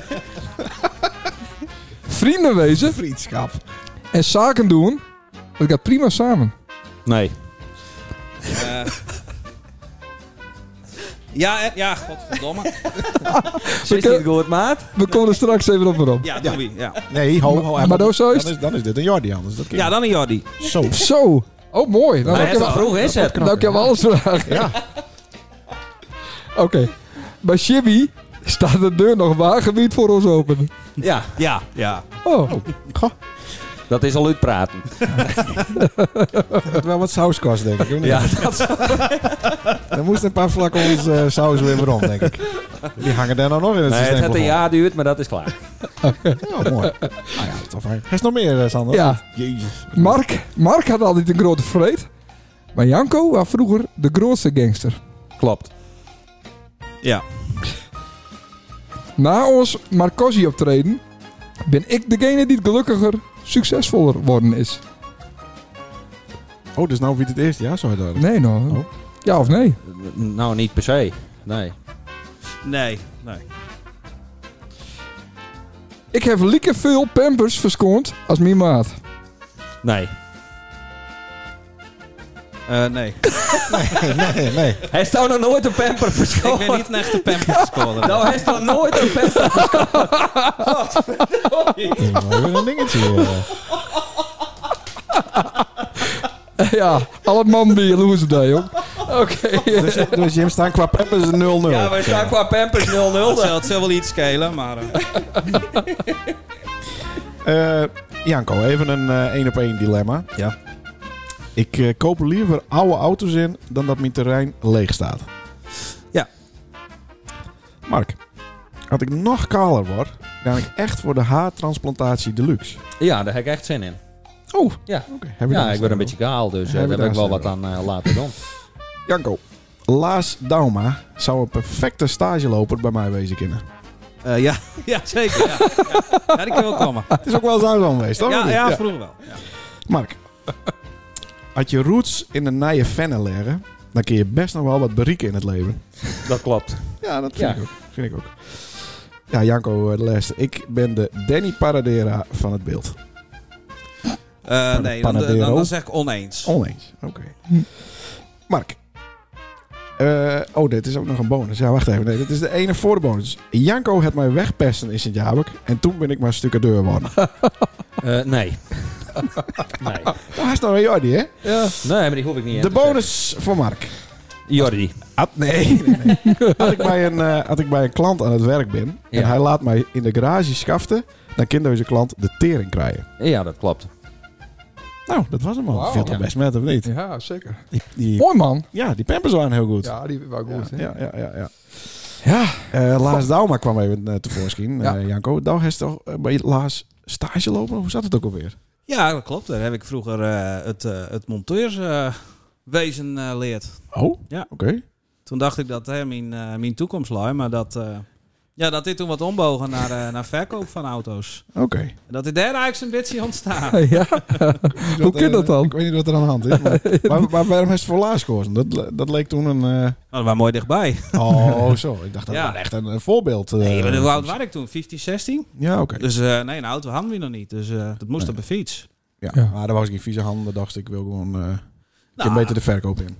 [SPEAKER 2] vrienden wezen
[SPEAKER 1] Vriendschap.
[SPEAKER 2] en zaken doen. Dat gaat prima samen.
[SPEAKER 4] Nee.
[SPEAKER 5] Eh, ja, eh, ja, godverdomme.
[SPEAKER 4] Zit niet goed, maat?
[SPEAKER 2] We komen er straks even op en op.
[SPEAKER 5] Ja, doe wie, ja.
[SPEAKER 1] Nee, ho, ho. hij
[SPEAKER 2] Maar
[SPEAKER 1] moet-
[SPEAKER 2] door zo is
[SPEAKER 1] dan is, dan is dit een Jordi anders. Dat kan
[SPEAKER 5] ja, dan een Jordi.
[SPEAKER 1] Zo.
[SPEAKER 2] Zo. Oh, mooi. Nou,
[SPEAKER 4] Maar
[SPEAKER 2] dan,
[SPEAKER 4] hij is
[SPEAKER 2] kunnen
[SPEAKER 4] al
[SPEAKER 2] we,
[SPEAKER 4] vroeg is het.
[SPEAKER 2] dan kunnen we alles vragen.
[SPEAKER 1] Ja.
[SPEAKER 2] Oké. Bij Shibby staat de deur nog wagenwiet voor ons open.
[SPEAKER 4] Ja,
[SPEAKER 5] Ja, ja.
[SPEAKER 2] Oh,
[SPEAKER 1] Goh,
[SPEAKER 4] dat is al uit praten.
[SPEAKER 1] [laughs] dat had wel wat saus kost, denk ik. of niet?
[SPEAKER 4] Ja, dat
[SPEAKER 1] Er moest een paar vlakken ons eh, saus weer rond, denk ik. Die hangen daar nou nog in het
[SPEAKER 4] nee,
[SPEAKER 1] systeem.
[SPEAKER 4] het heeft een
[SPEAKER 1] begonnen.
[SPEAKER 4] jaar duurt, maar dat is klaar.
[SPEAKER 1] Ja, mooi. Ah ja, toch fijn. Er is nog meer, eh, Sander.
[SPEAKER 2] ja.
[SPEAKER 1] Jezus.
[SPEAKER 2] Mark, Mark had altijd een grote vreed. Maar Janko was vroeger de grootste gangster.
[SPEAKER 4] Klopt.
[SPEAKER 5] Ja.
[SPEAKER 2] Na ons Marcosi optreden ben ik degene die gelukkiger, succesvoller worden is.
[SPEAKER 1] Oh, dus nou wie het eerste jaar zou daar.
[SPEAKER 2] Nee, nou.
[SPEAKER 1] Oh.
[SPEAKER 2] Ja of nee?
[SPEAKER 4] Nou, niet per se. Nee.
[SPEAKER 5] Nee, nee.
[SPEAKER 2] Ik heb lieke veel pampers verskoond als mijn maat.
[SPEAKER 4] Nee.
[SPEAKER 5] Eh, nee,
[SPEAKER 1] nee, nee.
[SPEAKER 4] Hij is nou nog nooit een pamper
[SPEAKER 5] ik
[SPEAKER 4] verscholen.
[SPEAKER 5] ben niet een echte pamperscaller.
[SPEAKER 4] Nou, hij is nog nooit een pamper
[SPEAKER 1] Dat is wel weer een dingetje. eh.
[SPEAKER 2] [laughs] ja, al het man bij Louis Day, ook. Oké.
[SPEAKER 1] Dus, dus Jim staan qua peppers 0-0.
[SPEAKER 4] Ja, wij staan qua pampers 0-0.
[SPEAKER 5] Het zal- het zal wel iets schelen, maar... eh, [laughs]
[SPEAKER 1] Eh, Janko, even een eh, één op één dilemma.
[SPEAKER 5] Ja.
[SPEAKER 1] Ik eh, koop liever oude auto's in dan dat mijn terrein leeg staat.
[SPEAKER 5] Ja.
[SPEAKER 1] Mark, als ik nog kaler word, ga ik echt voor de haartransplantatie deluxe.
[SPEAKER 4] Ja, daar heb ik echt zin in.
[SPEAKER 1] Oh,
[SPEAKER 4] Ja.
[SPEAKER 1] Oké, heb je daar
[SPEAKER 4] Ja, ik
[SPEAKER 1] zin
[SPEAKER 4] word
[SPEAKER 1] in?
[SPEAKER 4] een beetje kaal, dus eh,
[SPEAKER 1] Heb je
[SPEAKER 4] daar heb ik
[SPEAKER 1] daar
[SPEAKER 4] wel
[SPEAKER 1] zin
[SPEAKER 4] wat aan eh, laten doen.
[SPEAKER 1] Janko, Laas Dauma zou een perfecte stageloper bij mij wezen kunnen.
[SPEAKER 5] eh, ja, ja, zeker. Ja, ja. ja die kan wel komen.
[SPEAKER 1] Het is ook wel eens aan geweest, toch?
[SPEAKER 5] Ja,
[SPEAKER 1] Of
[SPEAKER 5] ja,
[SPEAKER 1] niet?
[SPEAKER 5] vroeger wel. Ja.
[SPEAKER 1] Mark, had je roots in de nije vennen leren, dan kun je best nog wel wat berieken in het leven.
[SPEAKER 4] Dat klopt.
[SPEAKER 1] Ja, dat vind,
[SPEAKER 4] Ja.
[SPEAKER 1] Ik, ook. vind ik ook. Ja, Janko eh, de Lester, ik ben de Danny Paradera van het beeld.
[SPEAKER 5] Eh, nee, dan, dan,
[SPEAKER 1] Panadero.
[SPEAKER 5] dan zeg ik oneens.
[SPEAKER 1] Oneens, oké. Mark. Eh, oh, dit is ook nog een bonus. Ja, wacht even. Nee, dit is de ene voorbonus. Janko had mij wegpesten in Sint-Jabek en toen ben ik maar stucadeur geworden.
[SPEAKER 4] Eh, nee. nee.
[SPEAKER 1] Dat is nou weer Jordi, hè?
[SPEAKER 2] ja.
[SPEAKER 4] Nee, maar die hoef ik niet in
[SPEAKER 1] De
[SPEAKER 4] te
[SPEAKER 1] bonus voor Mark.
[SPEAKER 4] zetten. Jordi.
[SPEAKER 1] Had, nee, nee, nee. Als, ik bij een, eh, als ik bij een klant aan het werk ben en
[SPEAKER 4] Ja.
[SPEAKER 1] hij laat mij in de garage schaften, dan kan deze klant de tering krijgen.
[SPEAKER 4] Ja, dat klopt.
[SPEAKER 1] Nou, dat was hem al.
[SPEAKER 2] Wauw.
[SPEAKER 1] Viel toch
[SPEAKER 4] Ja.
[SPEAKER 1] best met, of niet?
[SPEAKER 2] ja, zeker.
[SPEAKER 1] Die, die,
[SPEAKER 2] Mooi man.
[SPEAKER 1] ja, die pampers waren heel goed.
[SPEAKER 2] Ja, die was goed.
[SPEAKER 1] ja,
[SPEAKER 2] hè?
[SPEAKER 1] ja, ja. ja, ja.
[SPEAKER 2] Ja.
[SPEAKER 1] Eh, Laas Dauma kwam even eh, tevoorschijn,
[SPEAKER 2] Ja.
[SPEAKER 1] eh, Janko. Daar is toch eh, bij Laas stage lopen? Hoe zat het ook alweer?
[SPEAKER 5] Ja, dat klopt. Daar heb ik vroeger eh, het, eh, het monteurswezen eh leerd.
[SPEAKER 1] Oh,
[SPEAKER 5] Ja.
[SPEAKER 1] oké.
[SPEAKER 5] Toen dacht ik dat hè, mijn, eh, mijn toekomst lag, maar dat, eh, ja, dat dit toen wat ombogen naar, eh, naar verkoop van auto's.
[SPEAKER 1] Oké.
[SPEAKER 5] En dat is daar eigenlijk zo'n
[SPEAKER 2] [laughs]
[SPEAKER 5] beetje ontstaan.
[SPEAKER 2] ja. Hoe kan dat dan?
[SPEAKER 1] Ik weet niet wat er aan de hand
[SPEAKER 2] [laughs]
[SPEAKER 1] is. Maar, maar, maar waarom is het voor Laas gekozen? Dat, le- dat leek toen een... eh,
[SPEAKER 5] Nou, dat was mooi dichtbij.
[SPEAKER 1] Oh, zo. Ik dacht dat
[SPEAKER 5] Ja.
[SPEAKER 1] was echt een, een voorbeeld. eh,
[SPEAKER 5] Nee, maar hoe oud was ik toen? 15, 16?
[SPEAKER 1] Ja, oké.
[SPEAKER 5] Dus eh, nee, een auto hadden we nog niet. Dus eh, dat moest
[SPEAKER 1] Nee.
[SPEAKER 5] op een fiets.
[SPEAKER 1] Ja,
[SPEAKER 2] Ja.
[SPEAKER 1] maar daar was ik in vieze handen. dacht ik, wil gewoon... eh, ik heb
[SPEAKER 5] Nou,
[SPEAKER 1] beter de verkoop in.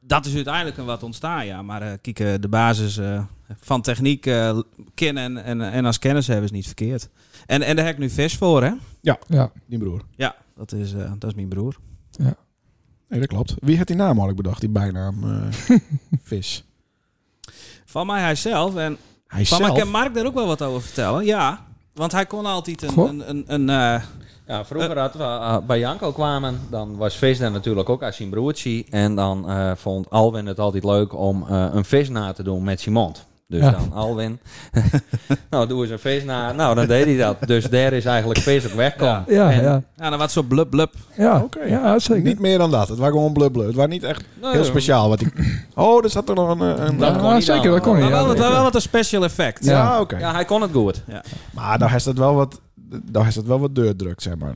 [SPEAKER 5] Dat is uiteindelijk een wat ontstaan, ja. Maar eh kijk, eh, de basis eh, van techniek eh, kennen en, en als kennis hebben is niet verkeerd. En, en daar heb ik nu vers voor, hè?
[SPEAKER 2] Ja.
[SPEAKER 1] Die broer.
[SPEAKER 5] Ja, dat is, eh, dat is mijn broer.
[SPEAKER 1] Nee, dat klopt. Wie had die naam eigenlijk bedacht? Die bijnaam?
[SPEAKER 2] [laughs]
[SPEAKER 1] eh, Vis.
[SPEAKER 5] Van mij hij zelf. En
[SPEAKER 1] Hij
[SPEAKER 5] van mij
[SPEAKER 1] zelf...
[SPEAKER 5] kan Mark daar ook wel wat over vertellen. Ja, want hij kon altijd een...
[SPEAKER 2] Goh.
[SPEAKER 5] een, een, een, eh,
[SPEAKER 4] Ja, vroeger hadden we eh, bij Janko kwamen, dan was vis daar natuurlijk ook als zijn broertje. En dan eh, vond Alwin het altijd leuk om eh, een vis na te doen met zijn mond. Dus
[SPEAKER 2] Ja.
[SPEAKER 4] dan Alwin, [laughs] nou doe eens een vis na. Nou, dan deed hij dat. Dus daar is eigenlijk vis ook weggekomen.
[SPEAKER 2] Ja,
[SPEAKER 4] En-
[SPEAKER 2] ja.
[SPEAKER 5] ja, dan wat zo blub blub.
[SPEAKER 2] Ja,
[SPEAKER 1] Oké.
[SPEAKER 2] ja zeker.
[SPEAKER 1] Niet meer dan dat. Het was gewoon blubbelen. Het was niet echt
[SPEAKER 4] Nou,
[SPEAKER 1] heel
[SPEAKER 4] ja.
[SPEAKER 1] speciaal. Wat ik... [laughs] Oh, er zat er nog een... eh, een
[SPEAKER 4] Dat
[SPEAKER 1] eh,
[SPEAKER 4] kon
[SPEAKER 2] ja,
[SPEAKER 4] niet
[SPEAKER 2] zeker,
[SPEAKER 4] dan.
[SPEAKER 2] dat kon
[SPEAKER 5] Maar
[SPEAKER 2] niet.
[SPEAKER 5] wel, het
[SPEAKER 2] Ja,
[SPEAKER 5] was wel wat een special effect.
[SPEAKER 1] Ja,
[SPEAKER 2] Ja.
[SPEAKER 1] oké.
[SPEAKER 4] Ja, hij kon het goed.
[SPEAKER 1] Maar daar is dat wel wat... Daar is dat wel wat deurdruk, zeg maar.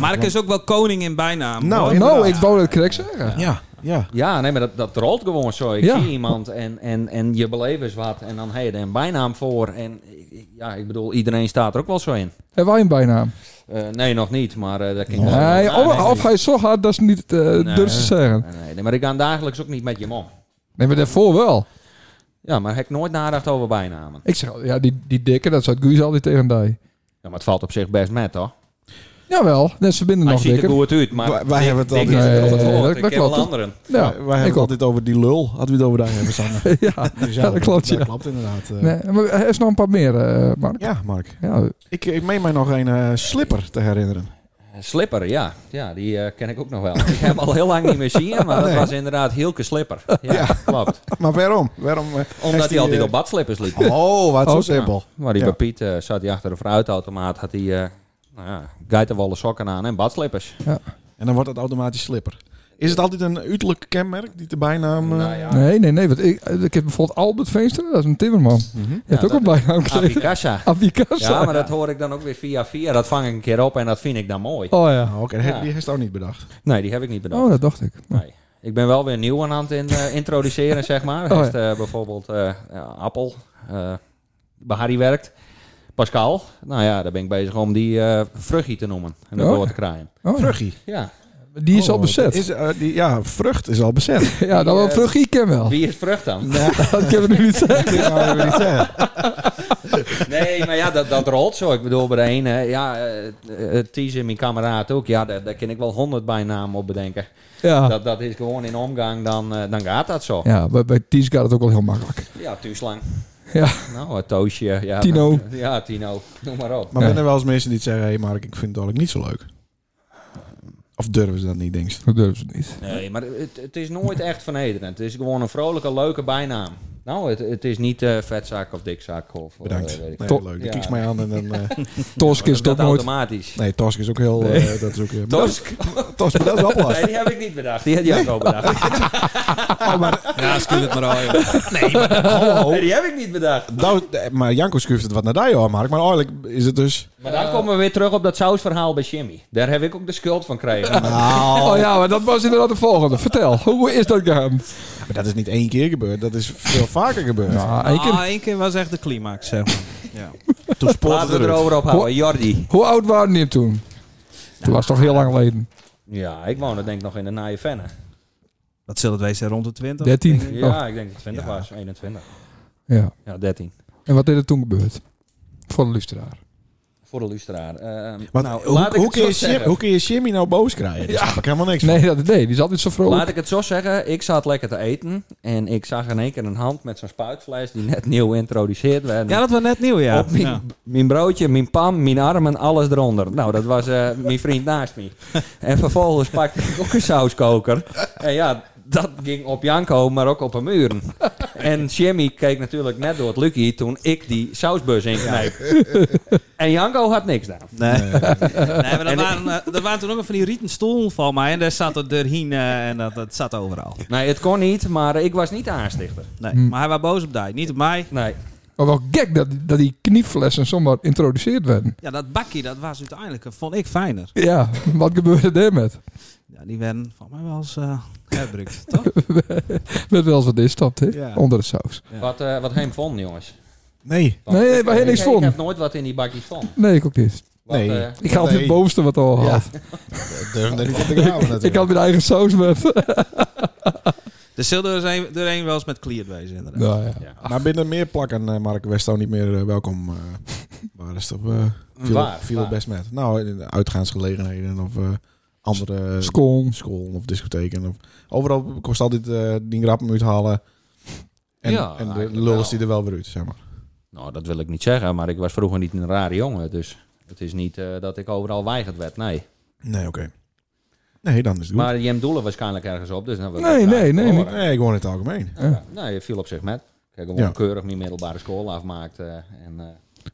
[SPEAKER 5] Mark is ook wel koning in bijnaam.
[SPEAKER 1] Nou,
[SPEAKER 5] hoor.
[SPEAKER 1] in-
[SPEAKER 2] Nou, ik wou dat correct zeggen.
[SPEAKER 1] Ja, ja.
[SPEAKER 4] Ja, nee, maar dat, dat rolt gewoon zo. Ik
[SPEAKER 2] Ja.
[SPEAKER 4] zie iemand en, en, en je beleeft eens wat. En dan heb je er een bijnaam voor. En eh, ja, ik bedoel, iedereen staat er ook wel zo in.
[SPEAKER 2] En wij een bijnaam.
[SPEAKER 4] Eh, nee, nog niet, maar eh dat kan ik wel-
[SPEAKER 2] Nee,
[SPEAKER 4] Ah,
[SPEAKER 2] of, of
[SPEAKER 4] nee.
[SPEAKER 2] hij is zo hard dat ze niet eh durft te zeggen.
[SPEAKER 4] Nee, nee, maar ik ga dagelijks ook niet met je mom.
[SPEAKER 2] Nee, maar daarvoor wel.
[SPEAKER 4] Ja, maar heb ik nooit nagedacht over bijnamen.
[SPEAKER 2] Ik zeg, al, ja, die, die dikke, dat zat Guus altijd tegen die.
[SPEAKER 4] Ja, maar het valt op zich best met, toch?
[SPEAKER 2] Jawel, net ze binden
[SPEAKER 4] Hij
[SPEAKER 2] nog
[SPEAKER 4] ziet er
[SPEAKER 2] dikker.
[SPEAKER 4] goed uit, maar...
[SPEAKER 1] Wij- wij
[SPEAKER 4] ik-
[SPEAKER 1] hebben het
[SPEAKER 4] ik
[SPEAKER 1] altijd-
[SPEAKER 4] is wel het
[SPEAKER 2] Nee,
[SPEAKER 4] woord.
[SPEAKER 2] dat-
[SPEAKER 4] Ik
[SPEAKER 2] dat
[SPEAKER 4] ken wel
[SPEAKER 2] klopt.
[SPEAKER 4] anderen.
[SPEAKER 2] Ja,
[SPEAKER 1] Wij- wij hebben
[SPEAKER 2] ik
[SPEAKER 1] het
[SPEAKER 2] ook.
[SPEAKER 1] altijd over die lul. Hadden we het over daar hebben, [laughs] Sanne?
[SPEAKER 2] [laughs] Ja.
[SPEAKER 1] Gezellig.
[SPEAKER 2] dat klopt, ja.
[SPEAKER 1] Dat klopt inderdaad. eh.
[SPEAKER 2] Nee, maar er is nog een paar meer, eh, Mark.
[SPEAKER 1] Ja, Mark.
[SPEAKER 2] Ja,
[SPEAKER 1] Ik, ik meen mij nog een eh, slipper te herinneren. [laughs]
[SPEAKER 4] Slipper, ja. Ja, die eh, ken ik ook nog wel. ik heb hem al heel lang niet meer zien, maar dat was inderdaad Hielke Slipper. Ja, klopt.
[SPEAKER 1] Maar waarom? waarom eh, heeft
[SPEAKER 4] Omdat hij altijd
[SPEAKER 1] eh,
[SPEAKER 4] op badslippers liep.
[SPEAKER 1] Oh, wat zo
[SPEAKER 2] Oh,
[SPEAKER 1] simpel.
[SPEAKER 4] Maar die
[SPEAKER 1] Ja.
[SPEAKER 4] bij Piet eh, zat hij achter de fruitautomaat, had hij... eh nou ja, geitenwolle sokken aan en
[SPEAKER 2] [laughs]
[SPEAKER 4] badslippers.
[SPEAKER 1] En dan wordt het automatisch slipper. Is het altijd een uiterlijk kenmerk die de bijnaam... eh,
[SPEAKER 4] Nou ja,
[SPEAKER 2] nee, nee, nee. Want ik, ik heb bijvoorbeeld Albert Veenstra, dat is een timmerman. Die heeft ook
[SPEAKER 4] dat-
[SPEAKER 2] een bijnaam gekregen.
[SPEAKER 4] Abikasha.
[SPEAKER 2] Abikasa.
[SPEAKER 4] Ja, maar dat hoor ik dan ook weer via via. Dat vang ik een keer op en dat vind ik dan mooi.
[SPEAKER 2] Oh ja.
[SPEAKER 1] nou, Oké,
[SPEAKER 4] Ja.
[SPEAKER 1] die heeft het ook niet bedacht.
[SPEAKER 4] Nee, die heb ik niet bedacht.
[SPEAKER 2] Oh, dat dacht ik.
[SPEAKER 4] Nee. Ik ben wel weer nieuw aan het in, eh, introduceren, zeg maar.
[SPEAKER 2] Oh, ja.
[SPEAKER 4] Heeft, eh, bijvoorbeeld eh, ja, Appel, eh bij Harry werkt. Pascal, nou ja, daar ben ik bezig om die eh vruchtje te noemen en dat
[SPEAKER 2] Oh.
[SPEAKER 4] door te krijgen.
[SPEAKER 2] Oh, ja.
[SPEAKER 1] Bruggie.
[SPEAKER 4] Ja,
[SPEAKER 2] Die is
[SPEAKER 1] Oh,
[SPEAKER 2] al bezet.
[SPEAKER 1] dat is, eh, die, ja, vrucht is al bezet.
[SPEAKER 2] Ja, dan wel vrucht ik ken wel.
[SPEAKER 4] eh, Wie is vrucht
[SPEAKER 2] [laughs]
[SPEAKER 4] dan?
[SPEAKER 2] Dat kunnen we
[SPEAKER 4] [laughs]
[SPEAKER 2] nu niet zeggen.
[SPEAKER 1] Dat wou ik niet
[SPEAKER 2] [laughs]
[SPEAKER 1] zeggen.
[SPEAKER 4] Nee, maar ja, dat, dat rolt zo. Ik bedoel, bij de ene, ja, eh, Tease, mijn kameraad ook, ja, daar, daar kan ik wel honderd bijnamen op bedenken.
[SPEAKER 2] Ja,
[SPEAKER 4] Dat, dat is gewoon in omgang, dan, eh, dan gaat dat zo.
[SPEAKER 2] Ah. ja bij, bij Ties gaat het ook wel heel makkelijk.
[SPEAKER 4] Ja, Tuuslang.
[SPEAKER 2] Ja.
[SPEAKER 4] Nou, het Toosje. Ja,
[SPEAKER 2] Tino.
[SPEAKER 4] dat- ja, Tino. Noem maar op.
[SPEAKER 1] Maar
[SPEAKER 2] Ja.
[SPEAKER 1] ben er wel eens mensen die zeggen... Hé hey Mark, ik vind het eigenlijk niet zo leuk. Of durven ze dat niet, denk je?
[SPEAKER 2] Dat durven ze niet.
[SPEAKER 4] Nee, maar het, het is nooit echt vernederend. Het is gewoon een vrolijke, leuke bijnaam. Nou, het, het is niet eh, vetzak of dikzak of... eh,
[SPEAKER 1] Bedankt.
[SPEAKER 4] weet ik.
[SPEAKER 1] Nee,
[SPEAKER 2] Toch-
[SPEAKER 1] leuk.
[SPEAKER 4] Ja.
[SPEAKER 1] Kies mij aan en dan...
[SPEAKER 4] [laughs]
[SPEAKER 1] eh,
[SPEAKER 2] Tosk is
[SPEAKER 4] dat
[SPEAKER 2] toch nooit.
[SPEAKER 4] automatisch.
[SPEAKER 1] nee, Tosk is ook heel... eh, dat
[SPEAKER 4] [laughs]
[SPEAKER 1] is ook, eh, [laughs]
[SPEAKER 4] Tosk?
[SPEAKER 1] Tosk, maar dat
[SPEAKER 4] [laughs]
[SPEAKER 1] is wel
[SPEAKER 4] Nee,
[SPEAKER 1] lastig.
[SPEAKER 4] die heb ik niet bedacht. Die had jij ook al bedacht.
[SPEAKER 5] Ja, stuur het maar al. joh.
[SPEAKER 4] [laughs] Nee, die heb ik niet bedacht.
[SPEAKER 1] Nou, eh, maar Janko schuift het wat naar daar, hoor, Mark. Maar eigenlijk is het dus...
[SPEAKER 4] Maar dan komen we weer terug op dat sausverhaal bij Jimmy. Daar heb ik ook de schuld van gekregen.
[SPEAKER 1] Nou,
[SPEAKER 2] Oh ja, maar dat was inderdaad de volgende. Vertel, hoe is dat gegaan?
[SPEAKER 1] [laughs] maar dat is niet één keer gebeurd. Dat is veel vaker gebeurd.
[SPEAKER 2] Nou, één keer.
[SPEAKER 5] Ah, één keer was echt de climax, zeg maar. Ja.
[SPEAKER 1] Toen spotte
[SPEAKER 4] Laten we
[SPEAKER 1] het eruit.
[SPEAKER 4] erover ophouden. Jordi.
[SPEAKER 2] Hoe oud waren die toen? Dat was toch heel lang geleden.
[SPEAKER 4] Ja, ik woonde denk ik nog in de naaie Venne.
[SPEAKER 5] Wat zullen het wezen? Rond de 20?
[SPEAKER 2] 13. Oh,
[SPEAKER 4] Ja, ik denk dat het 20
[SPEAKER 1] Ja.
[SPEAKER 4] was. 21.
[SPEAKER 2] ja.
[SPEAKER 4] Ja, 13.
[SPEAKER 2] En wat is er toen gebeurd? Voor de luisteraar.
[SPEAKER 4] Voor de luisteraar. Ehm,
[SPEAKER 1] Want
[SPEAKER 4] nou,
[SPEAKER 1] hoe,
[SPEAKER 4] laat ik
[SPEAKER 1] hoe
[SPEAKER 4] het
[SPEAKER 1] kun
[SPEAKER 4] zo
[SPEAKER 1] je Jim-
[SPEAKER 4] zeggen.
[SPEAKER 1] hoe kun je Jimmy nou boos krijgen? Daar snap ik helemaal niks van.
[SPEAKER 2] Nee, dat, nee, die zat niet zo vrolijk.
[SPEAKER 4] Laat ik het zo zeggen, ik zat lekker te eten en ik zag in één keer een hand met zo'n spuitvlees die net nieuw geïntroduceerd werd.
[SPEAKER 5] Ja, dat was net nieuw, ja.
[SPEAKER 4] Op mijn,
[SPEAKER 5] Ja.
[SPEAKER 4] mijn broodje, mijn pan, mijn armen, alles eronder. Nou, dat was eh, mijn vriend naast me. En vervolgens pakte ik ook een sauskoker. En ja, dat ging op Janko, maar ook op een muren. En Jimmy keek natuurlijk net door het lucky toen ik die sausbus inkneep. En Janko had niks daar.
[SPEAKER 5] Nee. nee, maar er
[SPEAKER 4] En-
[SPEAKER 5] waren, eh, er waren toen ook nog van die rieten stoel van mij. En daar zat het erheen eh, en dat, dat zat overal.
[SPEAKER 4] Nee, het kon niet, maar ik was niet de aanstichter.
[SPEAKER 5] Nee.
[SPEAKER 2] Hm.
[SPEAKER 5] Maar hij was boos op die. Niet op mij.
[SPEAKER 4] Nee.
[SPEAKER 2] Maar wel gek dat, dat die knieflessen zomaar introduceerd werden.
[SPEAKER 5] Ja, dat bakje, dat was uiteindelijk, eh, vond ik fijner.
[SPEAKER 2] Ja, wat gebeurde daarmee?
[SPEAKER 5] Ja, die werden van mij wel eens eh
[SPEAKER 2] [laughs]
[SPEAKER 5] herbruikt, toch?
[SPEAKER 2] Werd wel eens wat instapt, hè?
[SPEAKER 1] Ja.
[SPEAKER 2] Onder de saus.
[SPEAKER 5] Ja.
[SPEAKER 4] Wat, eh wat hem vond, jongens.
[SPEAKER 1] Nee.
[SPEAKER 4] Want
[SPEAKER 2] Nee,
[SPEAKER 4] ik-
[SPEAKER 2] waar hij
[SPEAKER 4] ik-
[SPEAKER 2] niks
[SPEAKER 4] ik-
[SPEAKER 2] vond.
[SPEAKER 4] Ik heb nooit wat in die bakjes van. eh,
[SPEAKER 2] Nee, ik ook niet.
[SPEAKER 1] Nee.
[SPEAKER 2] Ik had
[SPEAKER 1] Nee.
[SPEAKER 2] het bovenste wat al
[SPEAKER 1] Ja.
[SPEAKER 2] had.
[SPEAKER 1] Dat durven we niet op te graven natuurlijk.
[SPEAKER 2] Ik had mijn eigen saus met.
[SPEAKER 1] [laughs]
[SPEAKER 5] Er zullen er een, er een wel eens met cleared wezen, inderdaad.
[SPEAKER 2] Nou, ja.
[SPEAKER 1] Maar binnen meer plakken, eh Mark Westo niet meer eh, welkom. eh waar is het op? eh, viel
[SPEAKER 4] Waar?
[SPEAKER 1] viel
[SPEAKER 4] Waar?
[SPEAKER 1] het best met. Nou, in de uitgaansgelegenheden of eh, andere
[SPEAKER 2] Scone.
[SPEAKER 1] school of discotheken. Of, overal kost altijd eh, die grappen uithalen. En,
[SPEAKER 4] Ja,
[SPEAKER 1] en de
[SPEAKER 4] eigenlijk
[SPEAKER 1] lul is
[SPEAKER 4] wel.
[SPEAKER 1] die er wel weer uit, zeg maar.
[SPEAKER 4] Nou, dat wil ik niet zeggen, maar ik was vroeger niet een rare jongen. Dus het is niet eh, dat ik overal weigerd werd, nee.
[SPEAKER 1] Nee, oké. Nee, dan is het goed.
[SPEAKER 4] Maar Jem doelen waarschijnlijk ergens op, dus dan wil ik
[SPEAKER 2] Nee,
[SPEAKER 4] dat graag
[SPEAKER 2] nee, nee, eh.
[SPEAKER 4] horen.
[SPEAKER 1] nee, gewoon in het algemeen.
[SPEAKER 4] Ja. Nee, je viel op zich met. Ik heb gewoon
[SPEAKER 1] Ja.
[SPEAKER 4] keurig mijn middelbare school afmaakt. eh, en, eh,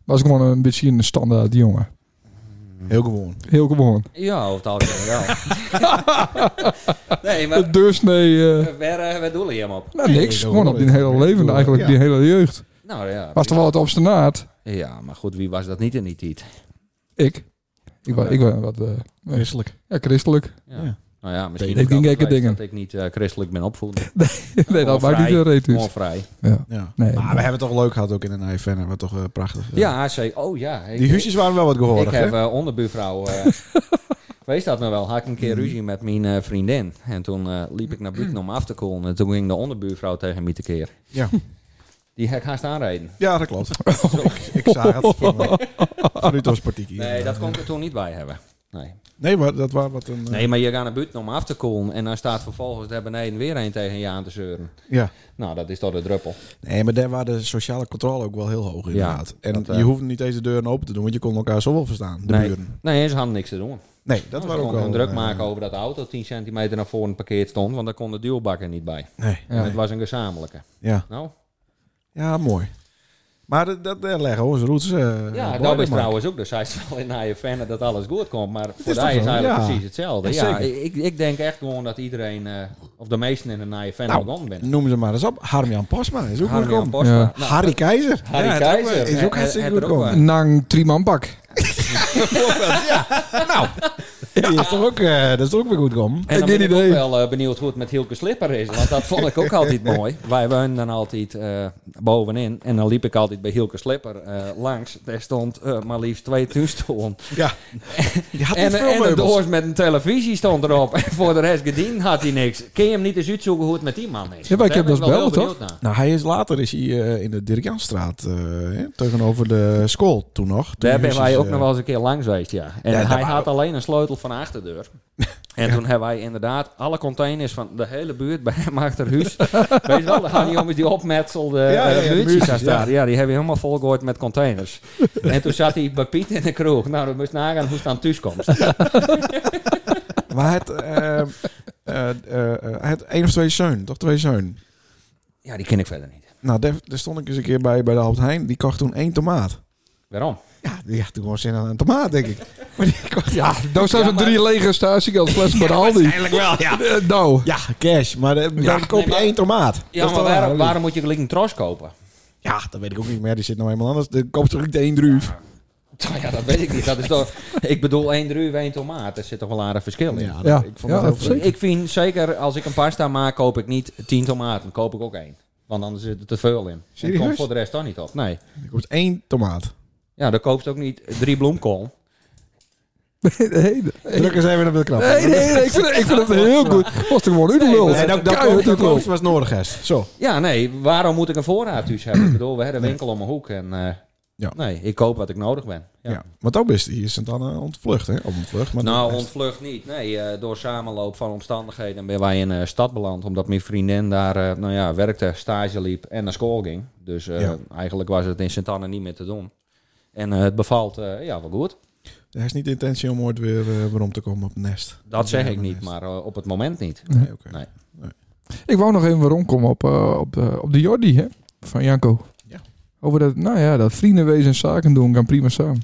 [SPEAKER 2] Was gewoon een beetje een standaard jongen.
[SPEAKER 1] Heel gewoon.
[SPEAKER 2] Heel gewoon.
[SPEAKER 4] ja, over het algemeen
[SPEAKER 2] [laughs]
[SPEAKER 4] wel. nee, maar
[SPEAKER 2] Dus nee, eh
[SPEAKER 4] eh, waar, eh, waar doelen je hem op?
[SPEAKER 2] nou,
[SPEAKER 1] Nee,
[SPEAKER 2] niks.
[SPEAKER 1] dat
[SPEAKER 2] gewoon
[SPEAKER 1] hoor
[SPEAKER 2] op die
[SPEAKER 1] ik.
[SPEAKER 2] hele leven
[SPEAKER 1] Ja.
[SPEAKER 2] eigenlijk, die hele jeugd.
[SPEAKER 4] Nou ja,
[SPEAKER 2] Was toch wel wat obstinaat?
[SPEAKER 4] ja, maar goed, wie was dat niet in die tijd?
[SPEAKER 2] Ik. Ik was, ik was wat eh,
[SPEAKER 1] Christelijk.
[SPEAKER 2] ja, christelijk. [laughs]
[SPEAKER 4] Ja.
[SPEAKER 1] Ja.
[SPEAKER 4] Nou ja, misschien
[SPEAKER 2] Ik
[SPEAKER 4] ook
[SPEAKER 2] denk
[SPEAKER 4] dat
[SPEAKER 2] gekke
[SPEAKER 4] het feit
[SPEAKER 2] dingen.
[SPEAKER 4] dat ik niet eh, christelijk ben
[SPEAKER 2] [laughs]
[SPEAKER 4] opgevoed.
[SPEAKER 2] nee, dat maakt niet de
[SPEAKER 4] vrij.
[SPEAKER 2] reet dus.
[SPEAKER 4] Gewoon
[SPEAKER 2] uit.
[SPEAKER 4] vrij.
[SPEAKER 2] Ja.
[SPEAKER 1] Ja.
[SPEAKER 2] Nee,
[SPEAKER 1] maar
[SPEAKER 2] maar-
[SPEAKER 1] we hebben het toch leuk gehad ook in een IFN. We toch eh, prachtig. eh,
[SPEAKER 4] Ja, AC. Oh ja. ik-
[SPEAKER 1] Die huisjes waren wel wat
[SPEAKER 4] Ik
[SPEAKER 1] gehoorig, hè?
[SPEAKER 4] heb eh, onderbuurvrouw.
[SPEAKER 1] [laughs]
[SPEAKER 4] eh Wees dat me wel. Had ik een
[SPEAKER 1] Mm.
[SPEAKER 4] keer ruzie met mijn eh, vriendin. En toen eh, liep ik naar buiten om af te koelen. En toen ging de onderbuurvrouw tegen mij tekeer.
[SPEAKER 1] Ja.
[SPEAKER 4] Die heb ik haast aanrijden.
[SPEAKER 1] Ja, dat klopt. ik, ik zag het voor me. Vanuit ons partiekie.
[SPEAKER 4] Nee, dat kon ik er toen niet bij hebben. Nee.
[SPEAKER 1] Nee, maar dat was wat een... eh,
[SPEAKER 4] nee, maar je gaat naar buiten om af te koelen. En dan staat vervolgens daar beneden weer een tegen je aan te zeuren.
[SPEAKER 1] Ja.
[SPEAKER 4] Nou, dat is toch de druppel.
[SPEAKER 1] Nee, maar daar waren de sociale controle ook wel heel hoog inderdaad. en
[SPEAKER 4] dat, eh,
[SPEAKER 1] je hoefde niet eens de deuren open te doen, want je kon elkaar zo wel verstaan, de
[SPEAKER 4] nee.
[SPEAKER 1] buren.
[SPEAKER 4] Nee, ze hadden niks te doen.
[SPEAKER 1] Nee, dat
[SPEAKER 4] Ze
[SPEAKER 1] was ook
[SPEAKER 4] konden
[SPEAKER 1] wel...
[SPEAKER 4] een druk
[SPEAKER 1] eh,
[SPEAKER 4] maken over dat de auto 10 centimeter naar voren parkeerd stond. Want daar kon de duwbakker niet bij.
[SPEAKER 1] Nee.
[SPEAKER 2] Ja.
[SPEAKER 4] En
[SPEAKER 1] nee.
[SPEAKER 4] het was een gezamenlijke.
[SPEAKER 1] Ja.
[SPEAKER 4] Nou,
[SPEAKER 1] ja, mooi. Maar dat, dat daar leggen onze roots... eh,
[SPEAKER 4] Ja,
[SPEAKER 1] bij
[SPEAKER 4] dat is
[SPEAKER 1] de markt.
[SPEAKER 4] trouwens ook. Dus hij is wel in haar fan dat alles goed komt. Maar voor
[SPEAKER 1] is toch
[SPEAKER 4] mij is
[SPEAKER 1] zo,
[SPEAKER 4] eigenlijk
[SPEAKER 1] ja.
[SPEAKER 4] precies hetzelfde.
[SPEAKER 1] Ja,
[SPEAKER 4] Ja,
[SPEAKER 1] zeker.
[SPEAKER 4] ik, ik denk echt gewoon dat iedereen, eh, of de meesten in een naaie fan
[SPEAKER 1] Nou,
[SPEAKER 4] begonnen zijn.
[SPEAKER 1] Noem ze maar eens op. Harmjan Posma is ook
[SPEAKER 4] Harry
[SPEAKER 1] welkom.
[SPEAKER 4] Posta.
[SPEAKER 2] Ja.
[SPEAKER 4] Nou,
[SPEAKER 1] Harry Keizer.
[SPEAKER 4] Harry
[SPEAKER 5] Ja, het
[SPEAKER 4] Keizer.
[SPEAKER 1] is ook
[SPEAKER 4] Eh, [laughs]
[SPEAKER 1] hartstikke
[SPEAKER 4] eh, het er
[SPEAKER 1] goed
[SPEAKER 4] ook
[SPEAKER 1] komen.
[SPEAKER 2] Nang Triman Bak.
[SPEAKER 1] ja. [laughs] Nou, Die is toch ook, eh, dat is toch ook weer goed gekomen.
[SPEAKER 4] En
[SPEAKER 2] Ik
[SPEAKER 4] dan
[SPEAKER 2] heb
[SPEAKER 4] ben ik
[SPEAKER 2] idee.
[SPEAKER 4] ook wel eh, benieuwd hoe het met Hielke Slipper is. Want dat
[SPEAKER 1] [laughs]
[SPEAKER 4] vond ik ook altijd mooi. Wij woonden dan altijd eh, bovenin. En dan liep ik altijd bij Hielke Slipper eh, langs. Daar stond eh, maar liefst
[SPEAKER 1] [laughs]
[SPEAKER 4] twee toestoelen. [laughs]
[SPEAKER 1] Ja. Die had niet
[SPEAKER 4] En,
[SPEAKER 1] veel
[SPEAKER 4] en een
[SPEAKER 1] meubels.
[SPEAKER 4] doos met een televisie stond erop. [laughs] En voor de rest gediend had hij niks. Kun je hem niet eens uitzoeken hoe het met die man is?
[SPEAKER 2] Ja, maar ik
[SPEAKER 4] Daar
[SPEAKER 2] heb
[SPEAKER 4] ben
[SPEAKER 2] dat
[SPEAKER 4] wel
[SPEAKER 2] wel,
[SPEAKER 4] heel
[SPEAKER 2] toch?
[SPEAKER 4] benieuwd naar.
[SPEAKER 1] Nou, hij is later is hij, eh, in de Dirk Janstraat, eh, hè, tegenover de school toen nog. Toen
[SPEAKER 4] Daar ben
[SPEAKER 1] is,
[SPEAKER 4] wij ook
[SPEAKER 1] eh,
[SPEAKER 4] nog wel eens een keer langs geweest, ja. En
[SPEAKER 1] Ja, daar
[SPEAKER 4] hij
[SPEAKER 1] waren
[SPEAKER 4] had alleen een sleutel van de
[SPEAKER 1] [laughs]
[SPEAKER 4] achterdeur. En toen hebben wij inderdaad alle containers van de hele buurt bij hem achter huis. [laughs] Weet je wel, daar gaan die jongens die opmetselde
[SPEAKER 1] Ja, ja, ja, de
[SPEAKER 4] eh, muurtjes
[SPEAKER 1] muurtjes,
[SPEAKER 4] aan staan. Ja, die hebben we helemaal volgooid met
[SPEAKER 1] [laughs]
[SPEAKER 4] containers. en toen zat hij bij Piet in de kroeg. Nou, dan moest nagaan hoe het aan thuis komt.
[SPEAKER 1] Maar het, eh, eh, eh, eh, hij had één of twee zoon, toch twee zoon.
[SPEAKER 4] Ja, die ken ik verder niet.
[SPEAKER 1] Nou, daar, daar stond ik eens een keer bij, bij de Albert Heijn. Die kocht toen één tomaat.
[SPEAKER 4] Waarom?
[SPEAKER 1] Ja, die had toen gewoon zin aan een tomaat, denk ik. [laughs] Maar die kocht...
[SPEAKER 2] Ja, nou staan er drie lege statiegeld bij de Aldi.
[SPEAKER 4] Eigenlijk wel, ja.
[SPEAKER 1] [laughs]
[SPEAKER 2] Eh, Nou,
[SPEAKER 1] Ja, cash. Maar eh, dan koop je
[SPEAKER 4] Nee, maar-
[SPEAKER 1] één tomaat. Dat is
[SPEAKER 4] Ja, maar
[SPEAKER 1] toch
[SPEAKER 4] waarom,
[SPEAKER 1] raar?
[SPEAKER 4] waarom moet je gelijk een tros kopen?
[SPEAKER 1] Ja, dat weet ik ook niet meer. Die zit nou helemaal anders. Dan koop je toch niet één druif?
[SPEAKER 4] Nou [laughs] ja, dat weet ik niet. Dat is toch, ik bedoel, één druif, één tomaat. Er zit toch wel aardig verschil in.
[SPEAKER 1] Ja, dat-
[SPEAKER 2] Ja,
[SPEAKER 1] ik vond
[SPEAKER 2] ja,
[SPEAKER 1] het
[SPEAKER 2] dat
[SPEAKER 1] heel vreemd.
[SPEAKER 4] Ik vind zeker als ik een pasta maak, koop ik niet 10 tomaten. Koop ik ook één. Want anders zit er te veel in. En het
[SPEAKER 1] Serieus?
[SPEAKER 4] komt voor de rest dan niet op. Nee.
[SPEAKER 1] Je koopt één tomaat.
[SPEAKER 4] Ja, dan koopt ook niet drie bloemkool.
[SPEAKER 2] nee, nee,
[SPEAKER 1] Druk eens even op de knap.
[SPEAKER 2] nee, nee, ik vind, ik vind het heel goed. Was er gewoon uitgeluld.
[SPEAKER 1] Nee, dat, dat, dat,
[SPEAKER 2] Keihard
[SPEAKER 1] dat
[SPEAKER 2] uitgeluld.
[SPEAKER 1] logisch was nodig is. Zo.
[SPEAKER 4] Ja, nee. Waarom moet ik een voorraad thuis hebben? Ik bedoel, we hebben een winkel om mijn hoek. En eh,
[SPEAKER 1] Ja.
[SPEAKER 4] nee, ik koop wat ik nodig ben.
[SPEAKER 1] Ja.
[SPEAKER 4] Ja.
[SPEAKER 1] Maar dat is hier is het dan eh, ontvlucht, hè? Op ontvlucht. Maar
[SPEAKER 4] Nou,
[SPEAKER 1] dat-
[SPEAKER 4] ontvlucht niet. Nee, eh, door samenloop van omstandigheden ben wij in eh stad beland. Omdat mijn vriendin daar eh, nou ja, werkte, stage liep en naar school ging. Dus eh,
[SPEAKER 1] Ja.
[SPEAKER 4] eigenlijk was het in sint Anne niet meer te doen. En eh, het bevalt eh, ja, wel goed.
[SPEAKER 1] Er is niet de intentie om ooit weer eh, weer om te komen op het nest.
[SPEAKER 4] Dat zeg
[SPEAKER 1] Ja,
[SPEAKER 4] ik
[SPEAKER 1] maar
[SPEAKER 4] niet,
[SPEAKER 1] nest.
[SPEAKER 4] maar eh, op het moment niet.
[SPEAKER 1] Nee, oké.
[SPEAKER 4] Nee.
[SPEAKER 2] Ik wou nog even weer omkomen op, eh, op, eh, op de Jordi hè, van Janko.
[SPEAKER 1] Ja.
[SPEAKER 2] Over dat, nou ja, dat vriendenwezen en zaken doen gaan prima samen.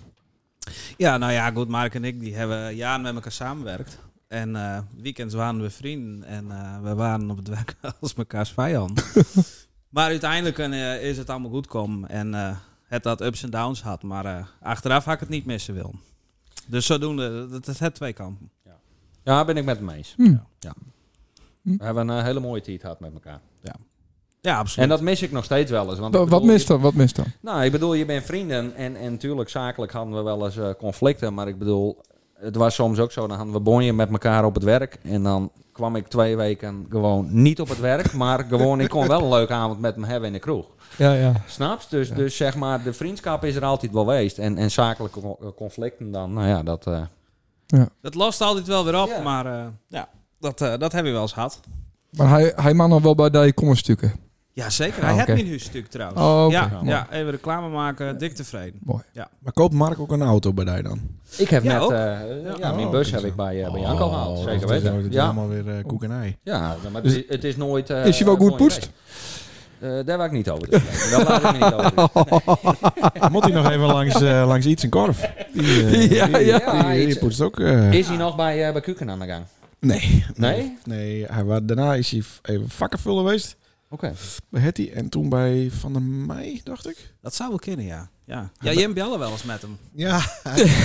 [SPEAKER 5] Ja, nou ja, goed. Mark en ik die hebben jaren met elkaar samengewerkt. En eh, weekends waren we vrienden. En eh, we waren op het werk [laughs] als mekaars vijand.
[SPEAKER 2] [laughs]
[SPEAKER 5] maar uiteindelijk eh, is het allemaal goed gekomen. En eh, het had ups en downs had. Maar eh, achteraf had ik het niet missen wil. Dus zodoende, dat is het twee kampen.
[SPEAKER 4] Ja, ben ik met hem eens.
[SPEAKER 2] Hm. Hmm.
[SPEAKER 4] We hebben een eh, hele mooie tijd gehad met elkaar.
[SPEAKER 5] Ja, absoluut.
[SPEAKER 4] En dat mis ik nog steeds wel eens. Want ik
[SPEAKER 2] Wa- Wat
[SPEAKER 4] bedoel,
[SPEAKER 2] mist dan? Wat mist dan?
[SPEAKER 4] Nou, ik bedoel, je bent vrienden en, en natuurlijk zakelijk hadden we wel eens eh, conflicten, maar ik bedoel, het was soms ook zo, dan hadden we bonje met elkaar op het werk en dan kwam ik twee weken gewoon niet op het werk, [laughs] maar gewoon, ik kon wel een leuke avond met hem hebben in de kroeg.
[SPEAKER 2] Ja, ja.
[SPEAKER 4] Snaps? Dus, dus zeg maar, de vriendschap is er altijd wel geweest en, en zakelijke co- eh, conflicten dan, nou ja, dat... eh,
[SPEAKER 5] Dat lost altijd wel weer op.
[SPEAKER 4] Ja.
[SPEAKER 5] Maar eh, ja, dat, eh, dat heb je wel eens gehad.
[SPEAKER 2] Maar hij, hij mag nog wel bij die komen stukken.
[SPEAKER 5] Jazeker,
[SPEAKER 2] Ah,
[SPEAKER 5] hij heeft
[SPEAKER 2] oké.
[SPEAKER 5] mijn huurstuk trouwens.
[SPEAKER 2] Oh, oké.
[SPEAKER 5] ja,
[SPEAKER 2] Ja, mooi.
[SPEAKER 5] ja, even reclame maken, dik tevreden.
[SPEAKER 1] Maar koopt Mark ook een auto bij die dan?
[SPEAKER 4] ik heb
[SPEAKER 5] Ja,
[SPEAKER 4] net,
[SPEAKER 5] ook.
[SPEAKER 4] eh, eh, ja,
[SPEAKER 1] Oh,
[SPEAKER 4] mijn bus
[SPEAKER 1] kijk
[SPEAKER 4] heb
[SPEAKER 1] zo.
[SPEAKER 4] ik bij, eh bij Janko gehaald,
[SPEAKER 1] Oh,
[SPEAKER 4] zeker
[SPEAKER 1] dat is-
[SPEAKER 4] weten.
[SPEAKER 1] Dat is
[SPEAKER 4] Ja,
[SPEAKER 1] allemaal weer eh, koek en
[SPEAKER 4] [laughs]
[SPEAKER 1] ei.
[SPEAKER 4] Ja, maar het is, het is nooit... eh,
[SPEAKER 2] Is hij wel
[SPEAKER 4] eh,
[SPEAKER 2] goed
[SPEAKER 4] bonje
[SPEAKER 2] poest?
[SPEAKER 4] geweest. Eh, daar waar ik niet over. te spreken. Daar laat ik me niet over. te
[SPEAKER 1] Moet hij nog even langs, eh, langs iets en korf? Die, eh,
[SPEAKER 2] Ja,
[SPEAKER 1] die-
[SPEAKER 2] ja.
[SPEAKER 1] die- die- die
[SPEAKER 4] Iets-
[SPEAKER 1] poetst ook. eh,
[SPEAKER 4] Is hij nog bij, eh, bij Kuken aan de gang?
[SPEAKER 1] nee.
[SPEAKER 4] Nee?
[SPEAKER 1] Nee, hij, wa- daarna is hij f- even vakkenvullen geweest
[SPEAKER 4] Oké.
[SPEAKER 1] bij Hetty. En toen bij Van der Meij, dacht ik.
[SPEAKER 5] Dat zou wel kunnen, ja. Ja, ja Jim bellen wel eens met hem.
[SPEAKER 1] Ja.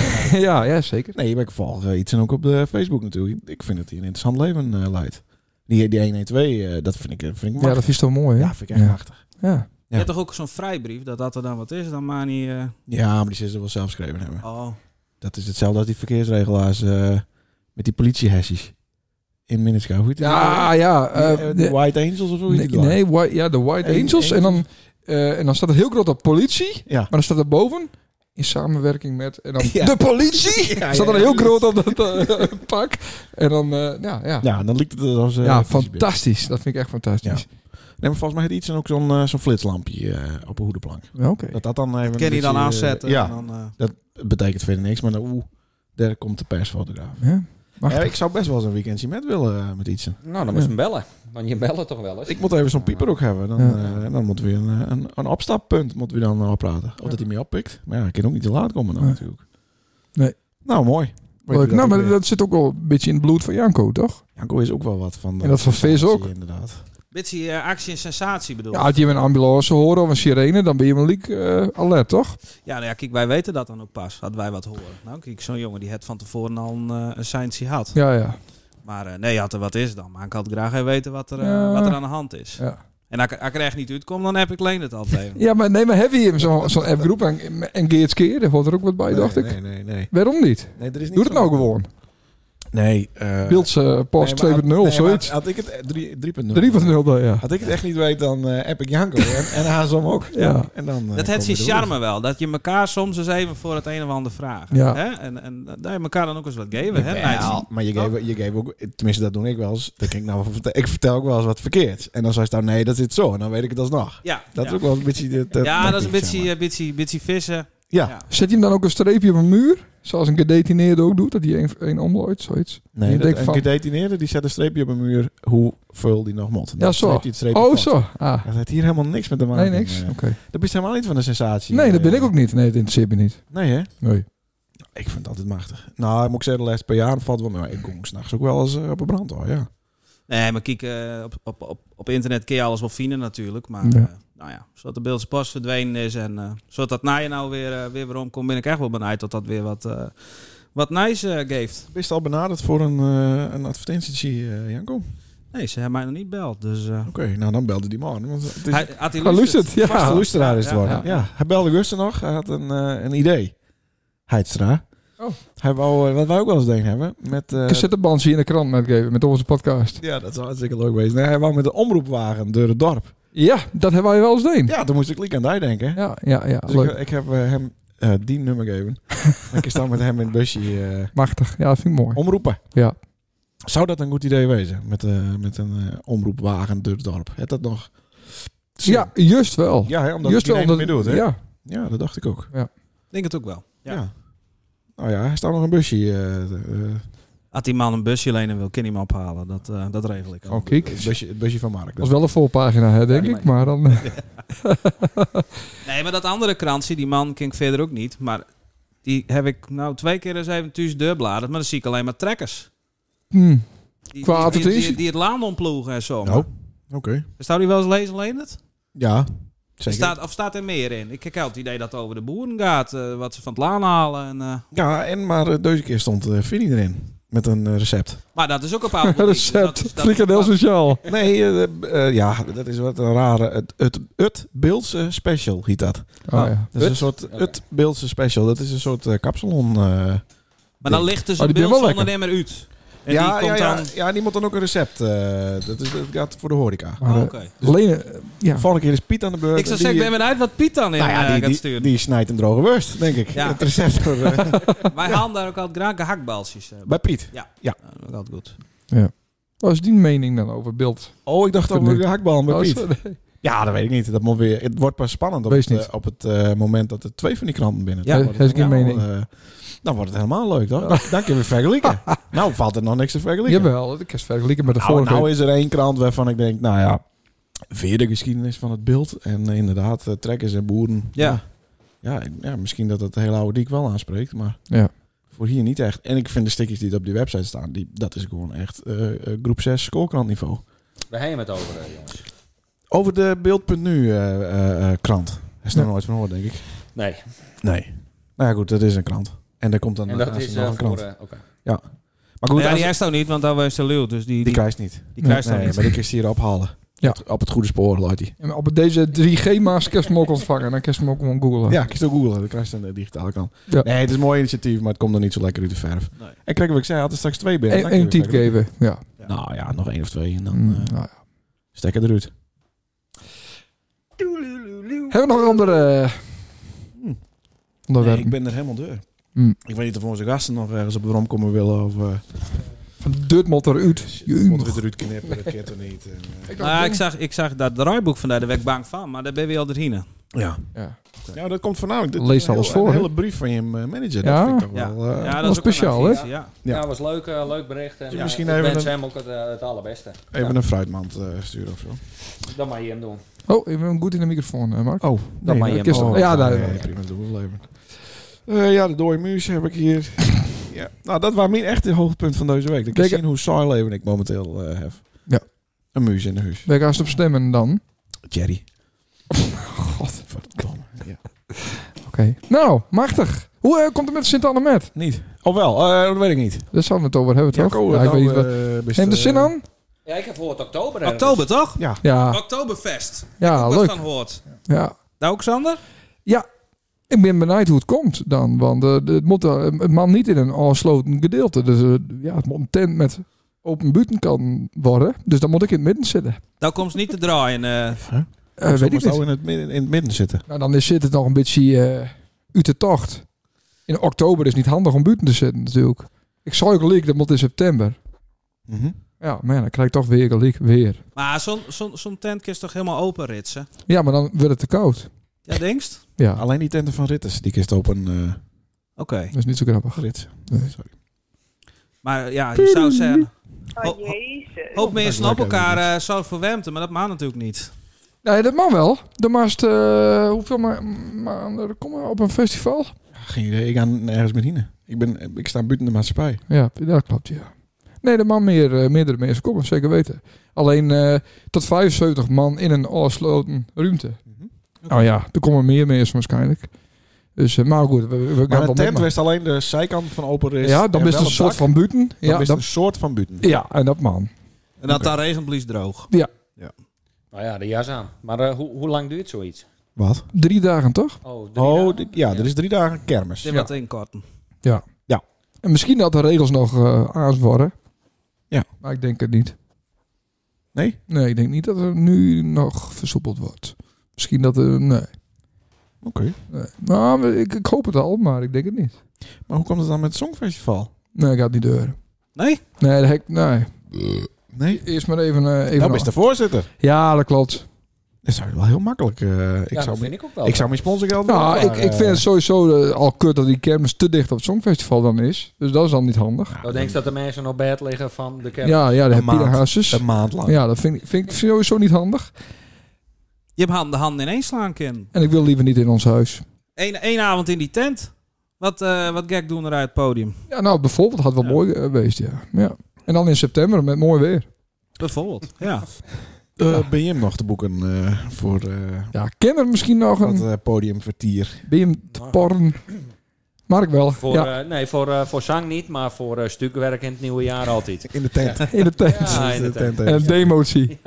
[SPEAKER 2] [laughs] ja, ja, zeker.
[SPEAKER 1] Nee, maar ik volg eh, iets en ook op de Facebook natuurlijk. Ik vind dat hij een interessant leven eh, leidt. Die, die 112, eh, dat vind ik, eh, vind ik
[SPEAKER 2] Ja,
[SPEAKER 1] machtig.
[SPEAKER 2] dat is toch mooi, hè?
[SPEAKER 1] Ja, vind ik echt
[SPEAKER 2] ja.
[SPEAKER 1] machtig.
[SPEAKER 2] Ja.
[SPEAKER 1] Ja.
[SPEAKER 5] Je hebt toch ook zo'n vrijbrief, dat dat er dan wat is, dan maar niet... eh,
[SPEAKER 1] Ja, maar die zullen ze wel zelf geschreven hebben.
[SPEAKER 5] oh,
[SPEAKER 1] Dat is hetzelfde als die verkeersregelaars eh, met die politiehessies. In Minnesota. Hoe heet die?
[SPEAKER 2] Ja, ja.
[SPEAKER 1] Die,
[SPEAKER 2] eh,
[SPEAKER 1] eh, de
[SPEAKER 2] de-
[SPEAKER 1] White Angels of zo? heet
[SPEAKER 2] nee,
[SPEAKER 1] die dan?
[SPEAKER 2] nee, Whi- ja, de White
[SPEAKER 1] Eén-
[SPEAKER 2] Angels.
[SPEAKER 1] één-
[SPEAKER 2] En dan, eh, en dan staat er heel groot op politie.
[SPEAKER 1] Ja.
[SPEAKER 2] Maar dan staat er boven, in samenwerking met... En dan,
[SPEAKER 1] [laughs] Ja.
[SPEAKER 2] De politie!
[SPEAKER 1] Ja,
[SPEAKER 2] staat
[SPEAKER 1] ja,
[SPEAKER 2] er heel
[SPEAKER 1] ja.
[SPEAKER 2] groot op dat eh, [laughs] pak. En dan, eh, ja, ja.
[SPEAKER 1] Ja, dan liep het er als... eh,
[SPEAKER 2] Ja,
[SPEAKER 1] politiebus.
[SPEAKER 2] fantastisch. Dat vind ik echt fantastisch.
[SPEAKER 1] Nee, maar volgens mij heeft iets en ook zo'n eh, zo'n flitslampje eh, op een hoedenplank.
[SPEAKER 2] Ja, Oké.
[SPEAKER 1] Dat dat dan even... een
[SPEAKER 5] ken je dan
[SPEAKER 1] beetje, eh,
[SPEAKER 5] aanzetten? en
[SPEAKER 1] ja,
[SPEAKER 5] dan, eh,
[SPEAKER 1] dat betekent verder niks. Maar dan, oeh, daar komt de persfotograaf.
[SPEAKER 2] Ja,
[SPEAKER 1] Ja,
[SPEAKER 2] machtig.
[SPEAKER 1] ik zou best wel eens een weekendje met willen eh, met iets.
[SPEAKER 4] Nou, dan moet je hem bellen. Want je bellen toch wel eens?
[SPEAKER 1] Ik moet even zo'n pieper ook hebben. Dan,
[SPEAKER 2] Ja.
[SPEAKER 1] eh, dan moeten we een, eh, een, een opstappunt moeten we dan eh, praten. Of dat hij mee oppikt. Maar ja, ik kan ook niet te laat komen dan
[SPEAKER 2] Nee.
[SPEAKER 1] natuurlijk.
[SPEAKER 2] Nee.
[SPEAKER 1] Nou, mooi. Weet
[SPEAKER 2] Leuk.
[SPEAKER 1] je dat
[SPEAKER 2] Nou,
[SPEAKER 1] ook
[SPEAKER 2] maar
[SPEAKER 1] weer.
[SPEAKER 2] dat zit ook wel een beetje in het bloed van Janko, toch?
[SPEAKER 1] Janko is ook wel wat van... de
[SPEAKER 2] En dat van Vis ook.
[SPEAKER 1] inderdaad.
[SPEAKER 5] Beetje eh, actie en sensatie bedoel
[SPEAKER 2] Ja,
[SPEAKER 5] ik.
[SPEAKER 2] als je een ambulance hoort of een sirene, dan ben je wel leak eh, alert, toch?
[SPEAKER 5] Ja, nou ja, kijk, wij weten dat dan ook pas. Hadden wij wat horen. Nou, kijk, zo'n jongen die het van tevoren al een, eh, een seintje had.
[SPEAKER 2] Ja, ja.
[SPEAKER 5] Maar eh, nee, had er wat is dan. Maar ik had graag even weten wat er, eh,
[SPEAKER 2] Ja.
[SPEAKER 5] wat er aan de hand is.
[SPEAKER 2] Ja.
[SPEAKER 5] En als ik als ik er echt niet uitkom, dan heb ik Leen het altijd even.
[SPEAKER 2] Ja, maar nee, maar heb je hem zo'n zo'n appgroep en, en Geert's keer? Daar hoort er ook wat bij,
[SPEAKER 1] Nee,
[SPEAKER 2] dacht ik.
[SPEAKER 1] Nee, nee, nee.
[SPEAKER 2] Waarom niet?
[SPEAKER 1] nee er is niet
[SPEAKER 2] Doe het
[SPEAKER 1] zo-
[SPEAKER 2] nou gewoon.
[SPEAKER 1] Nee. eh,
[SPEAKER 2] Beeldse post
[SPEAKER 1] nee, maar had-
[SPEAKER 2] 2.0
[SPEAKER 1] nee, maar
[SPEAKER 2] zoiets.
[SPEAKER 1] Had ik het eh, drie- 3.0.
[SPEAKER 2] 3 van 0, dan, ja.
[SPEAKER 1] Had ik het echt niet weet, dan eh heb ik Janko en, en Hazem ook.
[SPEAKER 2] Ja.
[SPEAKER 1] En dan, eh,
[SPEAKER 5] Dat
[SPEAKER 1] komen
[SPEAKER 5] heeft zijn
[SPEAKER 1] we door.
[SPEAKER 5] charme wel. Dat je elkaar soms eens even voor het een of ander vraagt.
[SPEAKER 2] Ja.
[SPEAKER 5] Hè? En, en dat je elkaar dan ook eens wat geven. Hè?
[SPEAKER 1] Ja,
[SPEAKER 5] meisje?
[SPEAKER 1] maar je geeft, je geeft ook, tenminste dat doe ik wel eens. Dan denk ik, nou, wat vertel- ik vertel ook wel eens wat verkeerd. En dan zei ze nou, nee, dat zit zo. En dan weet ik het alsnog.
[SPEAKER 5] Ja,
[SPEAKER 1] Dat
[SPEAKER 5] ja.
[SPEAKER 1] is ook wel een beetje... de- de
[SPEAKER 5] ja, dat is
[SPEAKER 1] tactiek,
[SPEAKER 5] een beetje,
[SPEAKER 1] zeg maar.
[SPEAKER 5] eh, beetje, beetje vissen.
[SPEAKER 1] Ja.
[SPEAKER 5] ja.
[SPEAKER 2] Zet je hem dan ook een streepje op een muur? Zoals een gedetineerde ook doet, dat hij een, een omlooit, zoiets.
[SPEAKER 1] Nee,
[SPEAKER 2] Je
[SPEAKER 1] dat,
[SPEAKER 2] denkt
[SPEAKER 1] een
[SPEAKER 2] van-
[SPEAKER 1] gedetineerde die zet een streepje op een muur. Hoe veel die nog mot. Dan
[SPEAKER 2] zo.
[SPEAKER 1] streept hij het streepje
[SPEAKER 2] Oh,
[SPEAKER 1] vast.
[SPEAKER 2] zo. Ah,
[SPEAKER 1] Dat heeft hier helemaal niks met te maken.
[SPEAKER 2] nee, niks.
[SPEAKER 1] Eh,
[SPEAKER 2] Oké.
[SPEAKER 1] Dat is helemaal niet van de sensatie.
[SPEAKER 2] Nee, dat
[SPEAKER 1] Eh,
[SPEAKER 2] ben ik ook niet. Nee, dat interesseert me niet.
[SPEAKER 1] Nee, hè?
[SPEAKER 2] Nee.
[SPEAKER 1] Ik vind het altijd machtig. Nou, moet ik zeggen, de laatste per jaar valt wel mee. Maar ik kom s'nachts ook wel eens eh, op een brandhoor, ja.
[SPEAKER 5] Nee, maar kijk, eh, op, op, op, op internet kun je alles wel vinden natuurlijk. Maar
[SPEAKER 2] Ja.
[SPEAKER 5] eh, nou ja, zodat de beeldse pas verdwenen is en eh, zodat dat na je nou weer, eh, weer weer omkomt, ben ik echt wel benijd dat dat weer wat, eh, wat nice eh, geeft.
[SPEAKER 1] Bist al benaderd voor een, eh, een advertentie, eh, Janko? Oké,
[SPEAKER 5] Nee, ze hebben mij nog niet beld. Dus eh,
[SPEAKER 1] nou dan belde die man. Want het is
[SPEAKER 5] hij, had hij
[SPEAKER 2] Ga luistert.
[SPEAKER 5] luisterd?
[SPEAKER 1] vaste
[SPEAKER 2] Ja.
[SPEAKER 1] Dus luisteraar is het
[SPEAKER 5] Ja,
[SPEAKER 1] worden.
[SPEAKER 2] ja.
[SPEAKER 1] Ja, hij belde Gusten nog. Hij had een, eh, een idee. Heidstra.
[SPEAKER 2] Oh.
[SPEAKER 1] Hij wou, eh, wat wij ook wel eens deden hebben, met... eh,
[SPEAKER 2] Cassettebandje in Dus de krant met geven met onze podcast.
[SPEAKER 1] ja, dat zou hartstikke leuk geweest. Nee, hij wou met een omroepwagen door het dorp.
[SPEAKER 2] Ja, dat hebben wij wel eens deen.
[SPEAKER 1] Ja, toen moest ik liek aan die denken.
[SPEAKER 2] Ja, ja, ja.
[SPEAKER 1] Dus
[SPEAKER 2] leuk.
[SPEAKER 1] ik, ik heb eh, hem eh, die nummer
[SPEAKER 2] [laughs]
[SPEAKER 1] gegeven. en ik sta met hem in het busje eh,
[SPEAKER 2] Machtig. Ja, dat vind ik mooi.
[SPEAKER 1] omroepen.
[SPEAKER 2] Ja.
[SPEAKER 1] Zou dat een goed idee wezen? Met, eh, met een eh, omroepwagen door het dorp. Heb dat nog... zin?
[SPEAKER 2] Ja, juist wel.
[SPEAKER 1] ja hè, omdat
[SPEAKER 2] juist
[SPEAKER 1] het iedereen het meer doet. Hè?
[SPEAKER 2] Ja.
[SPEAKER 1] Ja, dat dacht ik ook.
[SPEAKER 5] Ik denk het ook wel. Ja.
[SPEAKER 1] Ja. Nou ja, er staat nog een busje. eh, eh,
[SPEAKER 5] Had die man een busje lenen wil, kan hij me ophalen. Dat, eh, dat regel ik.
[SPEAKER 2] Oh, kijk.
[SPEAKER 1] het, busje, het busje van Mark.
[SPEAKER 2] Dat was wel een voorpagina, hè, denk
[SPEAKER 5] Ja,
[SPEAKER 2] ik. Maar dan... [laughs] eh,
[SPEAKER 5] Nee, maar dat andere krantje, die man ken ik verder ook niet. Maar die heb ik nou twee keer eens even thuis deurbladerd. Maar dan zie ik alleen maar trekkers.
[SPEAKER 2] hm.
[SPEAKER 5] Die,
[SPEAKER 2] Qua
[SPEAKER 5] die, die,
[SPEAKER 2] advertentie?
[SPEAKER 5] die, die het laan omploegen en zo.
[SPEAKER 1] Nou, oké.
[SPEAKER 5] Zou die wel eens lezen, Leendert?
[SPEAKER 1] Ja, zeker.
[SPEAKER 5] Staat, of staat er meer in? Ik heb altijd het idee dat het over de boeren gaat, eh, wat ze van het laan halen. En, eh,
[SPEAKER 1] Ja, en maar eh, deze keer stond eh Vinnie erin. Met een eh, [laughs] recept.
[SPEAKER 5] maar dat is ook een paar
[SPEAKER 2] Recept. Frikandel speciaal.
[SPEAKER 1] Nee, eh, eh, eh, ja, dat is wat een rare. Het, het, het Beeldse Special heet dat.
[SPEAKER 2] Oh, ja.
[SPEAKER 1] Dat is een soort het Beeldse Special. Dat is een soort eh kapsalon. eh.
[SPEAKER 5] Maar dan ligt dus
[SPEAKER 2] Oh,
[SPEAKER 5] een
[SPEAKER 2] die ben wel
[SPEAKER 5] beeldsondernemer uit. En
[SPEAKER 1] ja,
[SPEAKER 5] die komt
[SPEAKER 1] ja, ja,
[SPEAKER 5] dan...
[SPEAKER 1] ja, die moet dan ook een recept. eh, dat, is, dat gaat voor de horeca.
[SPEAKER 2] Maar,
[SPEAKER 5] Oh,
[SPEAKER 2] eh,
[SPEAKER 5] oké.
[SPEAKER 1] dus-
[SPEAKER 2] Lenen, eh, ja.
[SPEAKER 1] Volgende keer is Piet aan de beurt.
[SPEAKER 5] Ik zou
[SPEAKER 1] Die,
[SPEAKER 5] zeggen, ik ben benieuwd wat Piet dan in
[SPEAKER 1] nou ja,
[SPEAKER 5] eh,
[SPEAKER 1] die,
[SPEAKER 5] gaat
[SPEAKER 1] die,
[SPEAKER 5] sturen.
[SPEAKER 1] die snijdt een droge worst, denk ik.
[SPEAKER 5] Ja.
[SPEAKER 1] Het recept voor, eh,
[SPEAKER 5] Wij halen daar ook altijd graag gehaktbalsjes. eh,
[SPEAKER 1] bij Piet.
[SPEAKER 5] eh, Dat gaat goed.
[SPEAKER 2] Wat is die mening dan over beeld?
[SPEAKER 1] Oh, ik dacht over
[SPEAKER 2] Vernieuwd.
[SPEAKER 1] de hakbal bij
[SPEAKER 2] Oh,
[SPEAKER 1] Piet.
[SPEAKER 2] sorry.
[SPEAKER 1] Ja, dat weet ik niet. Dat moet weer, het wordt pas spannend op
[SPEAKER 2] Wees
[SPEAKER 1] het, eh,
[SPEAKER 2] niet.
[SPEAKER 1] op het eh, moment dat er twee van die kranten binnen
[SPEAKER 2] Ja,
[SPEAKER 1] Dan wordt
[SPEAKER 2] dat
[SPEAKER 1] het
[SPEAKER 2] is geen
[SPEAKER 1] helemaal,
[SPEAKER 2] mening.
[SPEAKER 1] eh, dan wordt het helemaal leuk, toch? Dan, dan kunnen we
[SPEAKER 2] [laughs]
[SPEAKER 1] vergelijken. nou, valt er nog niks te vergelijken.
[SPEAKER 2] Jawel, ik kan het vergelijken met de
[SPEAKER 1] nou,
[SPEAKER 2] vorige.
[SPEAKER 1] nou is er één krant waarvan ik denk, nou ja, weer de geschiedenis van het beeld. En eh, inderdaad, eh, trekkers en boeren.
[SPEAKER 5] Ja.
[SPEAKER 1] Ja, ja, ik- ja, misschien dat het de hele oude diek wel aanspreekt, maar
[SPEAKER 2] Ja.
[SPEAKER 1] voor hier niet echt. En ik vind de stukjes die op die website staan, die, dat is gewoon echt eh, eh, groep 6 schoolkrantniveau.
[SPEAKER 4] We hebben het over, eh, jongens.
[SPEAKER 1] Over de beeld.nu eh, eh, eh, krant. Daar is nog
[SPEAKER 2] Ja.
[SPEAKER 1] nooit van gehoord, denk ik.
[SPEAKER 4] Nee,
[SPEAKER 1] Nee. Nou ja, goed, dat is een krant. En daar komt dan
[SPEAKER 4] en dat
[SPEAKER 1] daarnaast
[SPEAKER 4] is
[SPEAKER 1] nog
[SPEAKER 4] eh,
[SPEAKER 1] een
[SPEAKER 4] voor...
[SPEAKER 1] krant.
[SPEAKER 4] eh, Oké.
[SPEAKER 1] maar goed,
[SPEAKER 5] ja,
[SPEAKER 1] als-
[SPEAKER 5] die heeft ook niet, want daar was de leeuw. Dus die,
[SPEAKER 1] die
[SPEAKER 5] die,
[SPEAKER 1] krijgt niet.
[SPEAKER 5] die krijgt
[SPEAKER 1] nee,
[SPEAKER 5] dan niet.
[SPEAKER 1] maar die krijgt hier ophalen.
[SPEAKER 2] Ja.
[SPEAKER 1] Op, op het goede spoor, luidt die.
[SPEAKER 2] En op deze 3G-maas kerst hem ook ontvangen. Dan kerst hem ook gewoon googlen.
[SPEAKER 1] Ja, kies ook Google. Dan krijg je een eh, digitale krant.
[SPEAKER 2] Ja.
[SPEAKER 1] Nee, het is een mooi initiatief, maar het komt er niet zo lekker uit de verf.
[SPEAKER 5] Nee.
[SPEAKER 1] En kijk wat ik zei, had er straks twee binnen.
[SPEAKER 2] Eén
[SPEAKER 1] dan
[SPEAKER 2] één
[SPEAKER 1] kun je
[SPEAKER 2] tiet
[SPEAKER 1] weer-
[SPEAKER 2] geven. Ja.
[SPEAKER 1] Nou ja, nog één of twee en dan
[SPEAKER 2] Mm,
[SPEAKER 1] eh,
[SPEAKER 2] nou ja.
[SPEAKER 1] stekken eruit.
[SPEAKER 2] Hebben we nog een andere eh,
[SPEAKER 1] Hmm. Nee,
[SPEAKER 2] onderwerpen?
[SPEAKER 1] ik ben er helemaal deur.
[SPEAKER 2] Mm.
[SPEAKER 1] Ik weet niet of onze gasten nog ergens op de rom komen willen of... eh,
[SPEAKER 2] Van Dirtmot eruit. Jee,
[SPEAKER 1] Moeten
[SPEAKER 2] nog.
[SPEAKER 1] we eruit knippen, dat keert er niet. en, eh.
[SPEAKER 5] Ah, ik, zag, ik zag dat draaiboek vandaag, daar werd ik bang van. Maar daar ben je al erin.
[SPEAKER 1] Ja.
[SPEAKER 2] Ja.
[SPEAKER 1] Ja, dat komt voornamelijk. Dit
[SPEAKER 2] Lees
[SPEAKER 1] is een
[SPEAKER 2] alles
[SPEAKER 1] heel-
[SPEAKER 2] voor,
[SPEAKER 1] Een
[SPEAKER 2] hè?
[SPEAKER 1] hele brief van je eh, manager.
[SPEAKER 2] Ja.
[SPEAKER 1] Dat vind ik toch
[SPEAKER 5] Ja.
[SPEAKER 1] wel. eh,
[SPEAKER 2] wel
[SPEAKER 5] ja, dat is ook een
[SPEAKER 2] speciaal, hè?
[SPEAKER 5] advies, Ja.
[SPEAKER 1] Ja.
[SPEAKER 4] Ja, was leuk, eh, leuk bericht. En,
[SPEAKER 1] Dus
[SPEAKER 4] eh,
[SPEAKER 1] misschien
[SPEAKER 4] ik
[SPEAKER 1] even
[SPEAKER 4] wens
[SPEAKER 1] een-
[SPEAKER 4] hem ook het, eh, het allerbeste.
[SPEAKER 1] Even
[SPEAKER 4] Ja,
[SPEAKER 1] een fruitmand eh, sturen of zo.
[SPEAKER 4] Dat mag je hem doen.
[SPEAKER 2] Oh, ik ben goed in de microfoon, eh, Mark.
[SPEAKER 1] Oh,
[SPEAKER 4] nee, maar je
[SPEAKER 2] hebt- oh, ja, daar-
[SPEAKER 1] prima, dat doen we wel even. Eh, ja, de dode muus heb ik hier. [laughs] ja. Nou, dat was mijn echte hoogtepunt van deze week. Ik
[SPEAKER 2] Kijk,
[SPEAKER 1] zie hoe saai leven ik momenteel eh heb.
[SPEAKER 2] Ja.
[SPEAKER 1] een muus in huis.
[SPEAKER 2] Ben ik als op stemmen dan?
[SPEAKER 1] Jerry.
[SPEAKER 2] God,
[SPEAKER 1] Verdomme. Ja.
[SPEAKER 2] oké. Nou, machtig. Hoe eh, komt het met Sint-Anne met?
[SPEAKER 1] Niet. Of wel, eh, dat weet ik niet.
[SPEAKER 2] Daar zouden we het over hebben, toch?
[SPEAKER 1] Jacco,
[SPEAKER 2] ik
[SPEAKER 1] nou,
[SPEAKER 2] weet niet wat.
[SPEAKER 1] eh, best,
[SPEAKER 2] Neem de
[SPEAKER 1] eh,
[SPEAKER 2] zin aan? Eh,
[SPEAKER 4] Ja, ik heb gehoord oktober. eh, ergens.
[SPEAKER 5] Oktober, toch?
[SPEAKER 2] Ja,
[SPEAKER 5] Oktoberfest.
[SPEAKER 2] ja,
[SPEAKER 5] Wat
[SPEAKER 2] leuk.
[SPEAKER 5] van hoort.
[SPEAKER 2] Ja.
[SPEAKER 5] Nou ook, Sander?
[SPEAKER 2] Ik ben benieuwd hoe het komt dan. Want eh, het moet eh, het man niet in een afsloten gedeelte. Dus eh, ja, het moet een tent met open buiten kan worden. Dus dan moet ik in het midden zitten.
[SPEAKER 5] Nou komt ze niet te draaien. eh.
[SPEAKER 2] Eh,
[SPEAKER 1] Zo
[SPEAKER 2] weet ik
[SPEAKER 1] moest
[SPEAKER 2] niet.
[SPEAKER 1] nou in het, midden, in het midden zitten.
[SPEAKER 2] Nou, dan is, zit het nog een beetje eh uit de tocht. In oktober is niet handig om buiten te zitten natuurlijk. Ik zou ook leek, dat moet in september.
[SPEAKER 1] Mhm.
[SPEAKER 2] Ja, maar ja, dan krijg ik toch weer gelijk weer.
[SPEAKER 5] Maar zo'n zo'n zo'n tent is toch helemaal open ritsen?
[SPEAKER 2] Ja, maar dan wordt het te koud.
[SPEAKER 5] Ja, denkst?
[SPEAKER 2] Ja,
[SPEAKER 1] Alleen die tenten van Ritters, die kist op een eh
[SPEAKER 5] Oké.
[SPEAKER 2] dat is niet zo grappig.
[SPEAKER 1] Rits.
[SPEAKER 2] Nee.
[SPEAKER 1] Sorry.
[SPEAKER 5] Maar ja, je zou zeggen... Ho-
[SPEAKER 6] Oh,
[SPEAKER 5] ho-
[SPEAKER 6] jezus.
[SPEAKER 5] hoop
[SPEAKER 1] Dat
[SPEAKER 5] mensen
[SPEAKER 1] lijkt
[SPEAKER 5] op elkaar
[SPEAKER 1] helemaal
[SPEAKER 5] eh zo verwemten, maar dat maakt natuurlijk niet.
[SPEAKER 2] Nee, dat mag wel. De maast, eh hoeveel ma- maanden komen we op een festival?
[SPEAKER 1] Geen idee, ik ga nergens met heen. Ik, ben, ik sta buiten de maatschappij.
[SPEAKER 2] Ja, dat klopt, ja. Nee, er mag meer, eh, meerdere mensen komen, zeker weten. Alleen eh, tot 75 man in een afgesloten ruimte. Nou ja, er komen meer mensen waarschijnlijk. Dus, eh, maar goed, we, we gaan
[SPEAKER 1] Maar
[SPEAKER 2] wel
[SPEAKER 1] een
[SPEAKER 2] met
[SPEAKER 1] tent
[SPEAKER 2] maar.
[SPEAKER 1] was alleen de zijkant van open Rits.
[SPEAKER 2] Ja, dan
[SPEAKER 1] en
[SPEAKER 2] is het
[SPEAKER 1] wel
[SPEAKER 2] een soort
[SPEAKER 1] dak.
[SPEAKER 2] van buiten.
[SPEAKER 1] Dan
[SPEAKER 2] Ja,
[SPEAKER 1] is
[SPEAKER 2] dan,
[SPEAKER 1] het een soort van buiten.
[SPEAKER 2] ja, en dat man.
[SPEAKER 5] En dat daar regent, blies droog.
[SPEAKER 4] Nou ja, de jas aan. Maar eh, hoe, hoe lang duurt zoiets?
[SPEAKER 1] Wat?
[SPEAKER 2] Drie dagen toch?
[SPEAKER 4] Oh, drie
[SPEAKER 1] Oh,
[SPEAKER 4] dagen?
[SPEAKER 1] dit- ja, er is drie dagen kermis.
[SPEAKER 5] Dit wat inkorten.
[SPEAKER 2] En misschien dat de regels nog eh aans worden.
[SPEAKER 1] Ja.
[SPEAKER 2] Maar ik denk het niet.
[SPEAKER 1] Nee?
[SPEAKER 2] Nee, ik denk niet dat er nu nog versoepeld wordt. Misschien dat er... Nee.
[SPEAKER 1] Oké.
[SPEAKER 2] nee. Nou, ik, ik hoop het al, maar ik denk het niet.
[SPEAKER 1] Maar hoe komt het dan met het Songfestival?
[SPEAKER 2] Nee, ik ga het niet deuren.
[SPEAKER 5] Nee?
[SPEAKER 2] Nee, dat heb ik- nee.
[SPEAKER 1] Nee?
[SPEAKER 2] Eerst maar even... eh, even
[SPEAKER 1] Nou, best Nou, de voorzitter.
[SPEAKER 2] Ja, dat klopt.
[SPEAKER 1] Dat zou wel heel makkelijk. eh, ik,
[SPEAKER 4] Ja,
[SPEAKER 1] zou
[SPEAKER 4] dat
[SPEAKER 1] mijn, ik,
[SPEAKER 4] vind ik ook wel.
[SPEAKER 1] zou mijn sponsorgeld
[SPEAKER 2] Nou,
[SPEAKER 1] wel
[SPEAKER 2] ik,
[SPEAKER 1] vragen.
[SPEAKER 2] ik vind het sowieso eh, al kut dat die kermis te dicht op het Songfestival dan is. Dus dat is dan niet handig.
[SPEAKER 4] Nou, denk je dat de mensen op bed liggen van de kerk?
[SPEAKER 2] Ja, ja, de
[SPEAKER 1] Een maand.
[SPEAKER 2] Pieterhasses.
[SPEAKER 1] een maand lang.
[SPEAKER 2] Ja, dat vind, ik- vind ik sowieso niet handig.
[SPEAKER 5] Je hebt handen, handen ineens slaan, Kim.
[SPEAKER 2] En ik wil liever niet in ons huis.
[SPEAKER 5] Eén één avond in die tent. Wat, eh wat gek doen eruit het podium.
[SPEAKER 2] Ja, nou, bijvoorbeeld had wel
[SPEAKER 5] Ja.
[SPEAKER 2] mooi eh, geweest, ja. ja. En dan in september met mooi weer.
[SPEAKER 5] Bijvoorbeeld, [laughs] ja.
[SPEAKER 1] Eh, Ben je hem nog te boeken eh, voor eh
[SPEAKER 2] Ja, ken er misschien nog
[SPEAKER 1] wat
[SPEAKER 2] een
[SPEAKER 1] eh, podiumvertier?
[SPEAKER 2] BM te
[SPEAKER 4] Nou.
[SPEAKER 2] porren. Mark wel,
[SPEAKER 4] Voor,
[SPEAKER 2] ja,
[SPEAKER 4] eh, nee, voor, eh, voor zang niet, maar voor eh stukwerk in het nieuwe jaar
[SPEAKER 1] [laughs]
[SPEAKER 4] altijd.
[SPEAKER 1] In de tent.
[SPEAKER 2] in de tent.
[SPEAKER 4] eh, Ja,
[SPEAKER 1] In de tent.
[SPEAKER 2] En een demotie.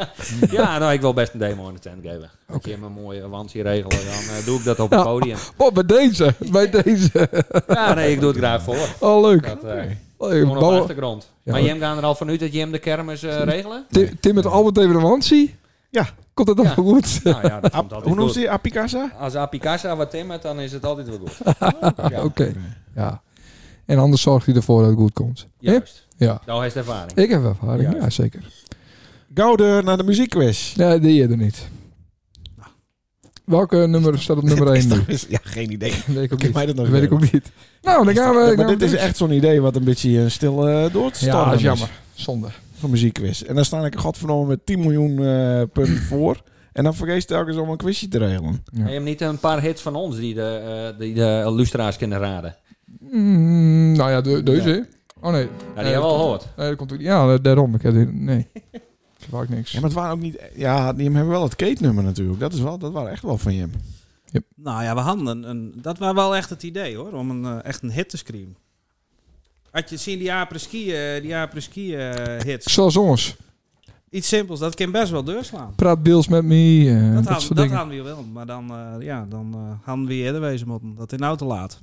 [SPEAKER 4] Ja, nou, ik wil best een demo in de tent geven. Als
[SPEAKER 2] Oké.
[SPEAKER 4] je me een mooie wansie regelen, dan eh, doe ik dat op het
[SPEAKER 2] Ja.
[SPEAKER 4] podium.
[SPEAKER 2] Oh, bij deze. Bij deze.
[SPEAKER 4] Ja, nee, ik doe het graag voor.
[SPEAKER 2] Oh, leuk.
[SPEAKER 4] Dat, eh
[SPEAKER 2] Leuk.
[SPEAKER 4] gewoon op de
[SPEAKER 2] Bouwen-
[SPEAKER 4] achtergrond.
[SPEAKER 2] Ja.
[SPEAKER 4] maar Jim, gaan er al vanuit dat Jim de kermis eh,
[SPEAKER 2] [laughs]
[SPEAKER 4] regelen?
[SPEAKER 2] Tim, Tim met Albert Evenemantie.
[SPEAKER 1] Ja.
[SPEAKER 2] Komt dat dan
[SPEAKER 4] Ja.
[SPEAKER 2] wel goed? [laughs]
[SPEAKER 4] Nou ja, dat
[SPEAKER 1] Ap- Ah,
[SPEAKER 4] komt
[SPEAKER 1] hoe
[SPEAKER 4] altijd
[SPEAKER 1] noemt
[SPEAKER 4] goed.
[SPEAKER 1] ze? Apicasa?
[SPEAKER 4] Als Apicasa wat Tim het, dan is het altijd wel goed.
[SPEAKER 2] Oké. Ja. En anders zorg je ervoor dat het goed komt.
[SPEAKER 4] Juist.
[SPEAKER 2] Ja.
[SPEAKER 4] Nou heeft ervaring.
[SPEAKER 2] Ik heb ervaring,
[SPEAKER 4] Ja.
[SPEAKER 2] ja, zeker.
[SPEAKER 1] Gouden naar de muziekquiz.
[SPEAKER 2] Nee, die eerder niet.
[SPEAKER 4] Nou.
[SPEAKER 2] Welke nummer staat op
[SPEAKER 1] [laughs]
[SPEAKER 4] [laughs]
[SPEAKER 2] nummer 1
[SPEAKER 1] Is
[SPEAKER 2] nu?
[SPEAKER 1] dat- is- ja, geen idee.
[SPEAKER 2] [laughs] Dat weet ik ook
[SPEAKER 1] Kijk
[SPEAKER 2] niet.
[SPEAKER 1] mij dat nog
[SPEAKER 2] Dat weet ik ook niet. Nou, dan gaan we...
[SPEAKER 1] Ja,
[SPEAKER 2] gaan
[SPEAKER 1] maar
[SPEAKER 2] we
[SPEAKER 1] dit is
[SPEAKER 2] terug.
[SPEAKER 1] echt zo'n idee wat een beetje eh, stil eh, door te
[SPEAKER 2] Ja,
[SPEAKER 1] stormen
[SPEAKER 2] dat is jammer. Zonde.
[SPEAKER 1] Van muziekquiz. En dan sta ik godverdomme met 10 miljoen eh, punten
[SPEAKER 2] [clears throat]
[SPEAKER 1] voor. En dan vergeet je telkens om een quizje te regelen.
[SPEAKER 4] Heb je hem niet een paar hits van ons die de, eh, die de lustra's kunnen raden?
[SPEAKER 2] Mm, nou ja, de, deze. Oh nee.
[SPEAKER 4] Nou, die hebben we al gehoord.
[SPEAKER 2] Nee, dat komt ook niet. Ja, daarom. Ik heb dit-
[SPEAKER 1] [laughs]
[SPEAKER 2] Nee. Ik heb ook niks.
[SPEAKER 1] Ja, maar het waren ook niet... Ja, die hebben wel het keetnummer natuurlijk. Dat, is wel, dat waren echt wel van Jim.
[SPEAKER 5] Nou ja, we hadden een, een- dat was wel echt het idee hoor, om een, eh, echt een hit te screamen. Had je zien die apres-ski, eh, die apres-ski eh, hits?
[SPEAKER 2] Zoals ons.
[SPEAKER 5] Iets simpels, dat kan best wel deurslaan.
[SPEAKER 2] Praat Bills met me. eh,
[SPEAKER 5] Dat,
[SPEAKER 2] dat,
[SPEAKER 5] hadden-
[SPEAKER 2] soort
[SPEAKER 5] dat
[SPEAKER 2] dingen.
[SPEAKER 5] hadden we wel, maar dan, eh, ja, dan eh, hadden we eerder wezen moeten. Dat is nou te laat. Het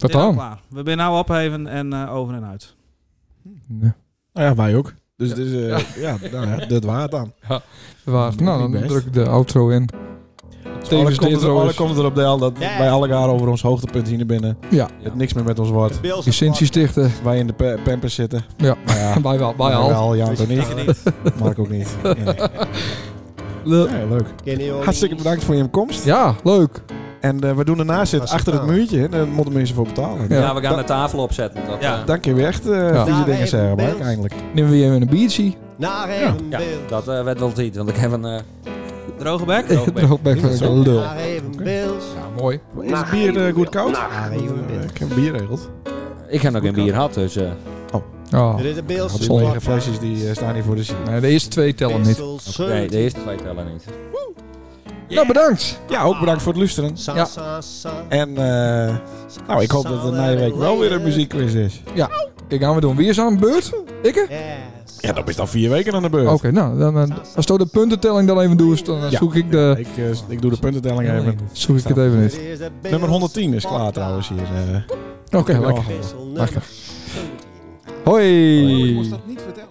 [SPEAKER 2] Wat
[SPEAKER 5] is nou
[SPEAKER 2] dan?
[SPEAKER 5] Klaar. We zijn nou opheven en eh, over en uit.
[SPEAKER 2] Nee.
[SPEAKER 1] Nou ja, wij ook. Dus ja, dus, eh, ja. nou ja, dat waren het dan.
[SPEAKER 2] Waar? Nou,
[SPEAKER 1] Niet
[SPEAKER 2] dan
[SPEAKER 1] best.
[SPEAKER 2] druk ik de outro in.
[SPEAKER 1] Alle
[SPEAKER 2] Tevens de
[SPEAKER 1] komt, er,
[SPEAKER 2] intro
[SPEAKER 1] alle
[SPEAKER 2] is.
[SPEAKER 1] komt erop deel dat wij alle jaar over ons hoogtepunt hier naar binnen.
[SPEAKER 2] Ja.
[SPEAKER 1] Het niks meer met ons wordt.
[SPEAKER 2] Licentie [laughs] stichten.
[SPEAKER 1] Wij in de pa- pampers zitten.
[SPEAKER 2] Ja.
[SPEAKER 1] Maar
[SPEAKER 2] [laughs]
[SPEAKER 1] ja,
[SPEAKER 2] Bij wel. Bij
[SPEAKER 1] wij
[SPEAKER 2] al.
[SPEAKER 1] al. Jan toch
[SPEAKER 5] Zeker
[SPEAKER 1] niet.
[SPEAKER 5] niet.
[SPEAKER 1] Mark ook [laughs] niet. Ja. Ja, leuk. Hartstikke bedankt voor je komst.
[SPEAKER 2] Ja, leuk.
[SPEAKER 1] En eh, we doen ernaast zit achter het muurtje. En daar moeten mensen voor betalen.
[SPEAKER 2] Ja.
[SPEAKER 4] Ja, we gaan de tafel opzetten. Dat,
[SPEAKER 5] Ja.
[SPEAKER 4] eh,
[SPEAKER 1] Dan kun je weer echt eh vieze dingen zeggen, Mark, eigenlijk.
[SPEAKER 2] Nemen we je even een
[SPEAKER 1] [laughs]
[SPEAKER 2] biertje.
[SPEAKER 7] Naar
[SPEAKER 1] Ja.
[SPEAKER 7] even
[SPEAKER 4] ja,
[SPEAKER 7] beeld,
[SPEAKER 4] dat eh, werd wel tijd, want ik heb een... eh,
[SPEAKER 5] Droge bek?
[SPEAKER 4] Droge bek.
[SPEAKER 2] Droogback
[SPEAKER 1] Niet
[SPEAKER 2] van
[SPEAKER 1] zo.
[SPEAKER 2] een lul.
[SPEAKER 7] naar even beeld.
[SPEAKER 2] Ja, mooi.
[SPEAKER 1] Is het bier eh, goed koud?
[SPEAKER 7] Naar
[SPEAKER 1] Eh,
[SPEAKER 7] even beeld.
[SPEAKER 1] ik heb bier regeld.
[SPEAKER 4] ik heb nog geen bier gehad, dus... eh,
[SPEAKER 1] Oh.
[SPEAKER 2] Oh.
[SPEAKER 6] Er is een beeld.
[SPEAKER 1] Al die lege flesjes die eh, staan hier voor de zin.
[SPEAKER 2] Nee, de eerste twee tellen niet.
[SPEAKER 4] Nee, de eerste twee tellen niet.
[SPEAKER 2] Nou, bedankt.
[SPEAKER 1] Ja, ook bedankt voor het luisteren.
[SPEAKER 2] Ja.
[SPEAKER 6] Sa, sa, sa.
[SPEAKER 1] En eh, nou, ik hoop dat er na je week wel weer een muziekquiz is.
[SPEAKER 2] Kijk, gaan we doen. Wie is aan de beurt? Ikke?
[SPEAKER 1] Ja, dat is dan vier weken aan de beurt.
[SPEAKER 2] Oké, nou, dan, eh, als je de puntentelling dan even doet, dan eh,
[SPEAKER 1] Ja.
[SPEAKER 2] zoek ik,
[SPEAKER 1] Ja,
[SPEAKER 2] de,
[SPEAKER 1] ik, eh, ik doe de puntentelling even.
[SPEAKER 2] zoek ik het even niet.
[SPEAKER 1] Nummer 110 is klaar trouwens hier. eh.
[SPEAKER 2] Oké, lekker.
[SPEAKER 6] Wissel
[SPEAKER 2] Lekker.
[SPEAKER 6] nummer 17.
[SPEAKER 2] Hoi.
[SPEAKER 1] niet vertellen.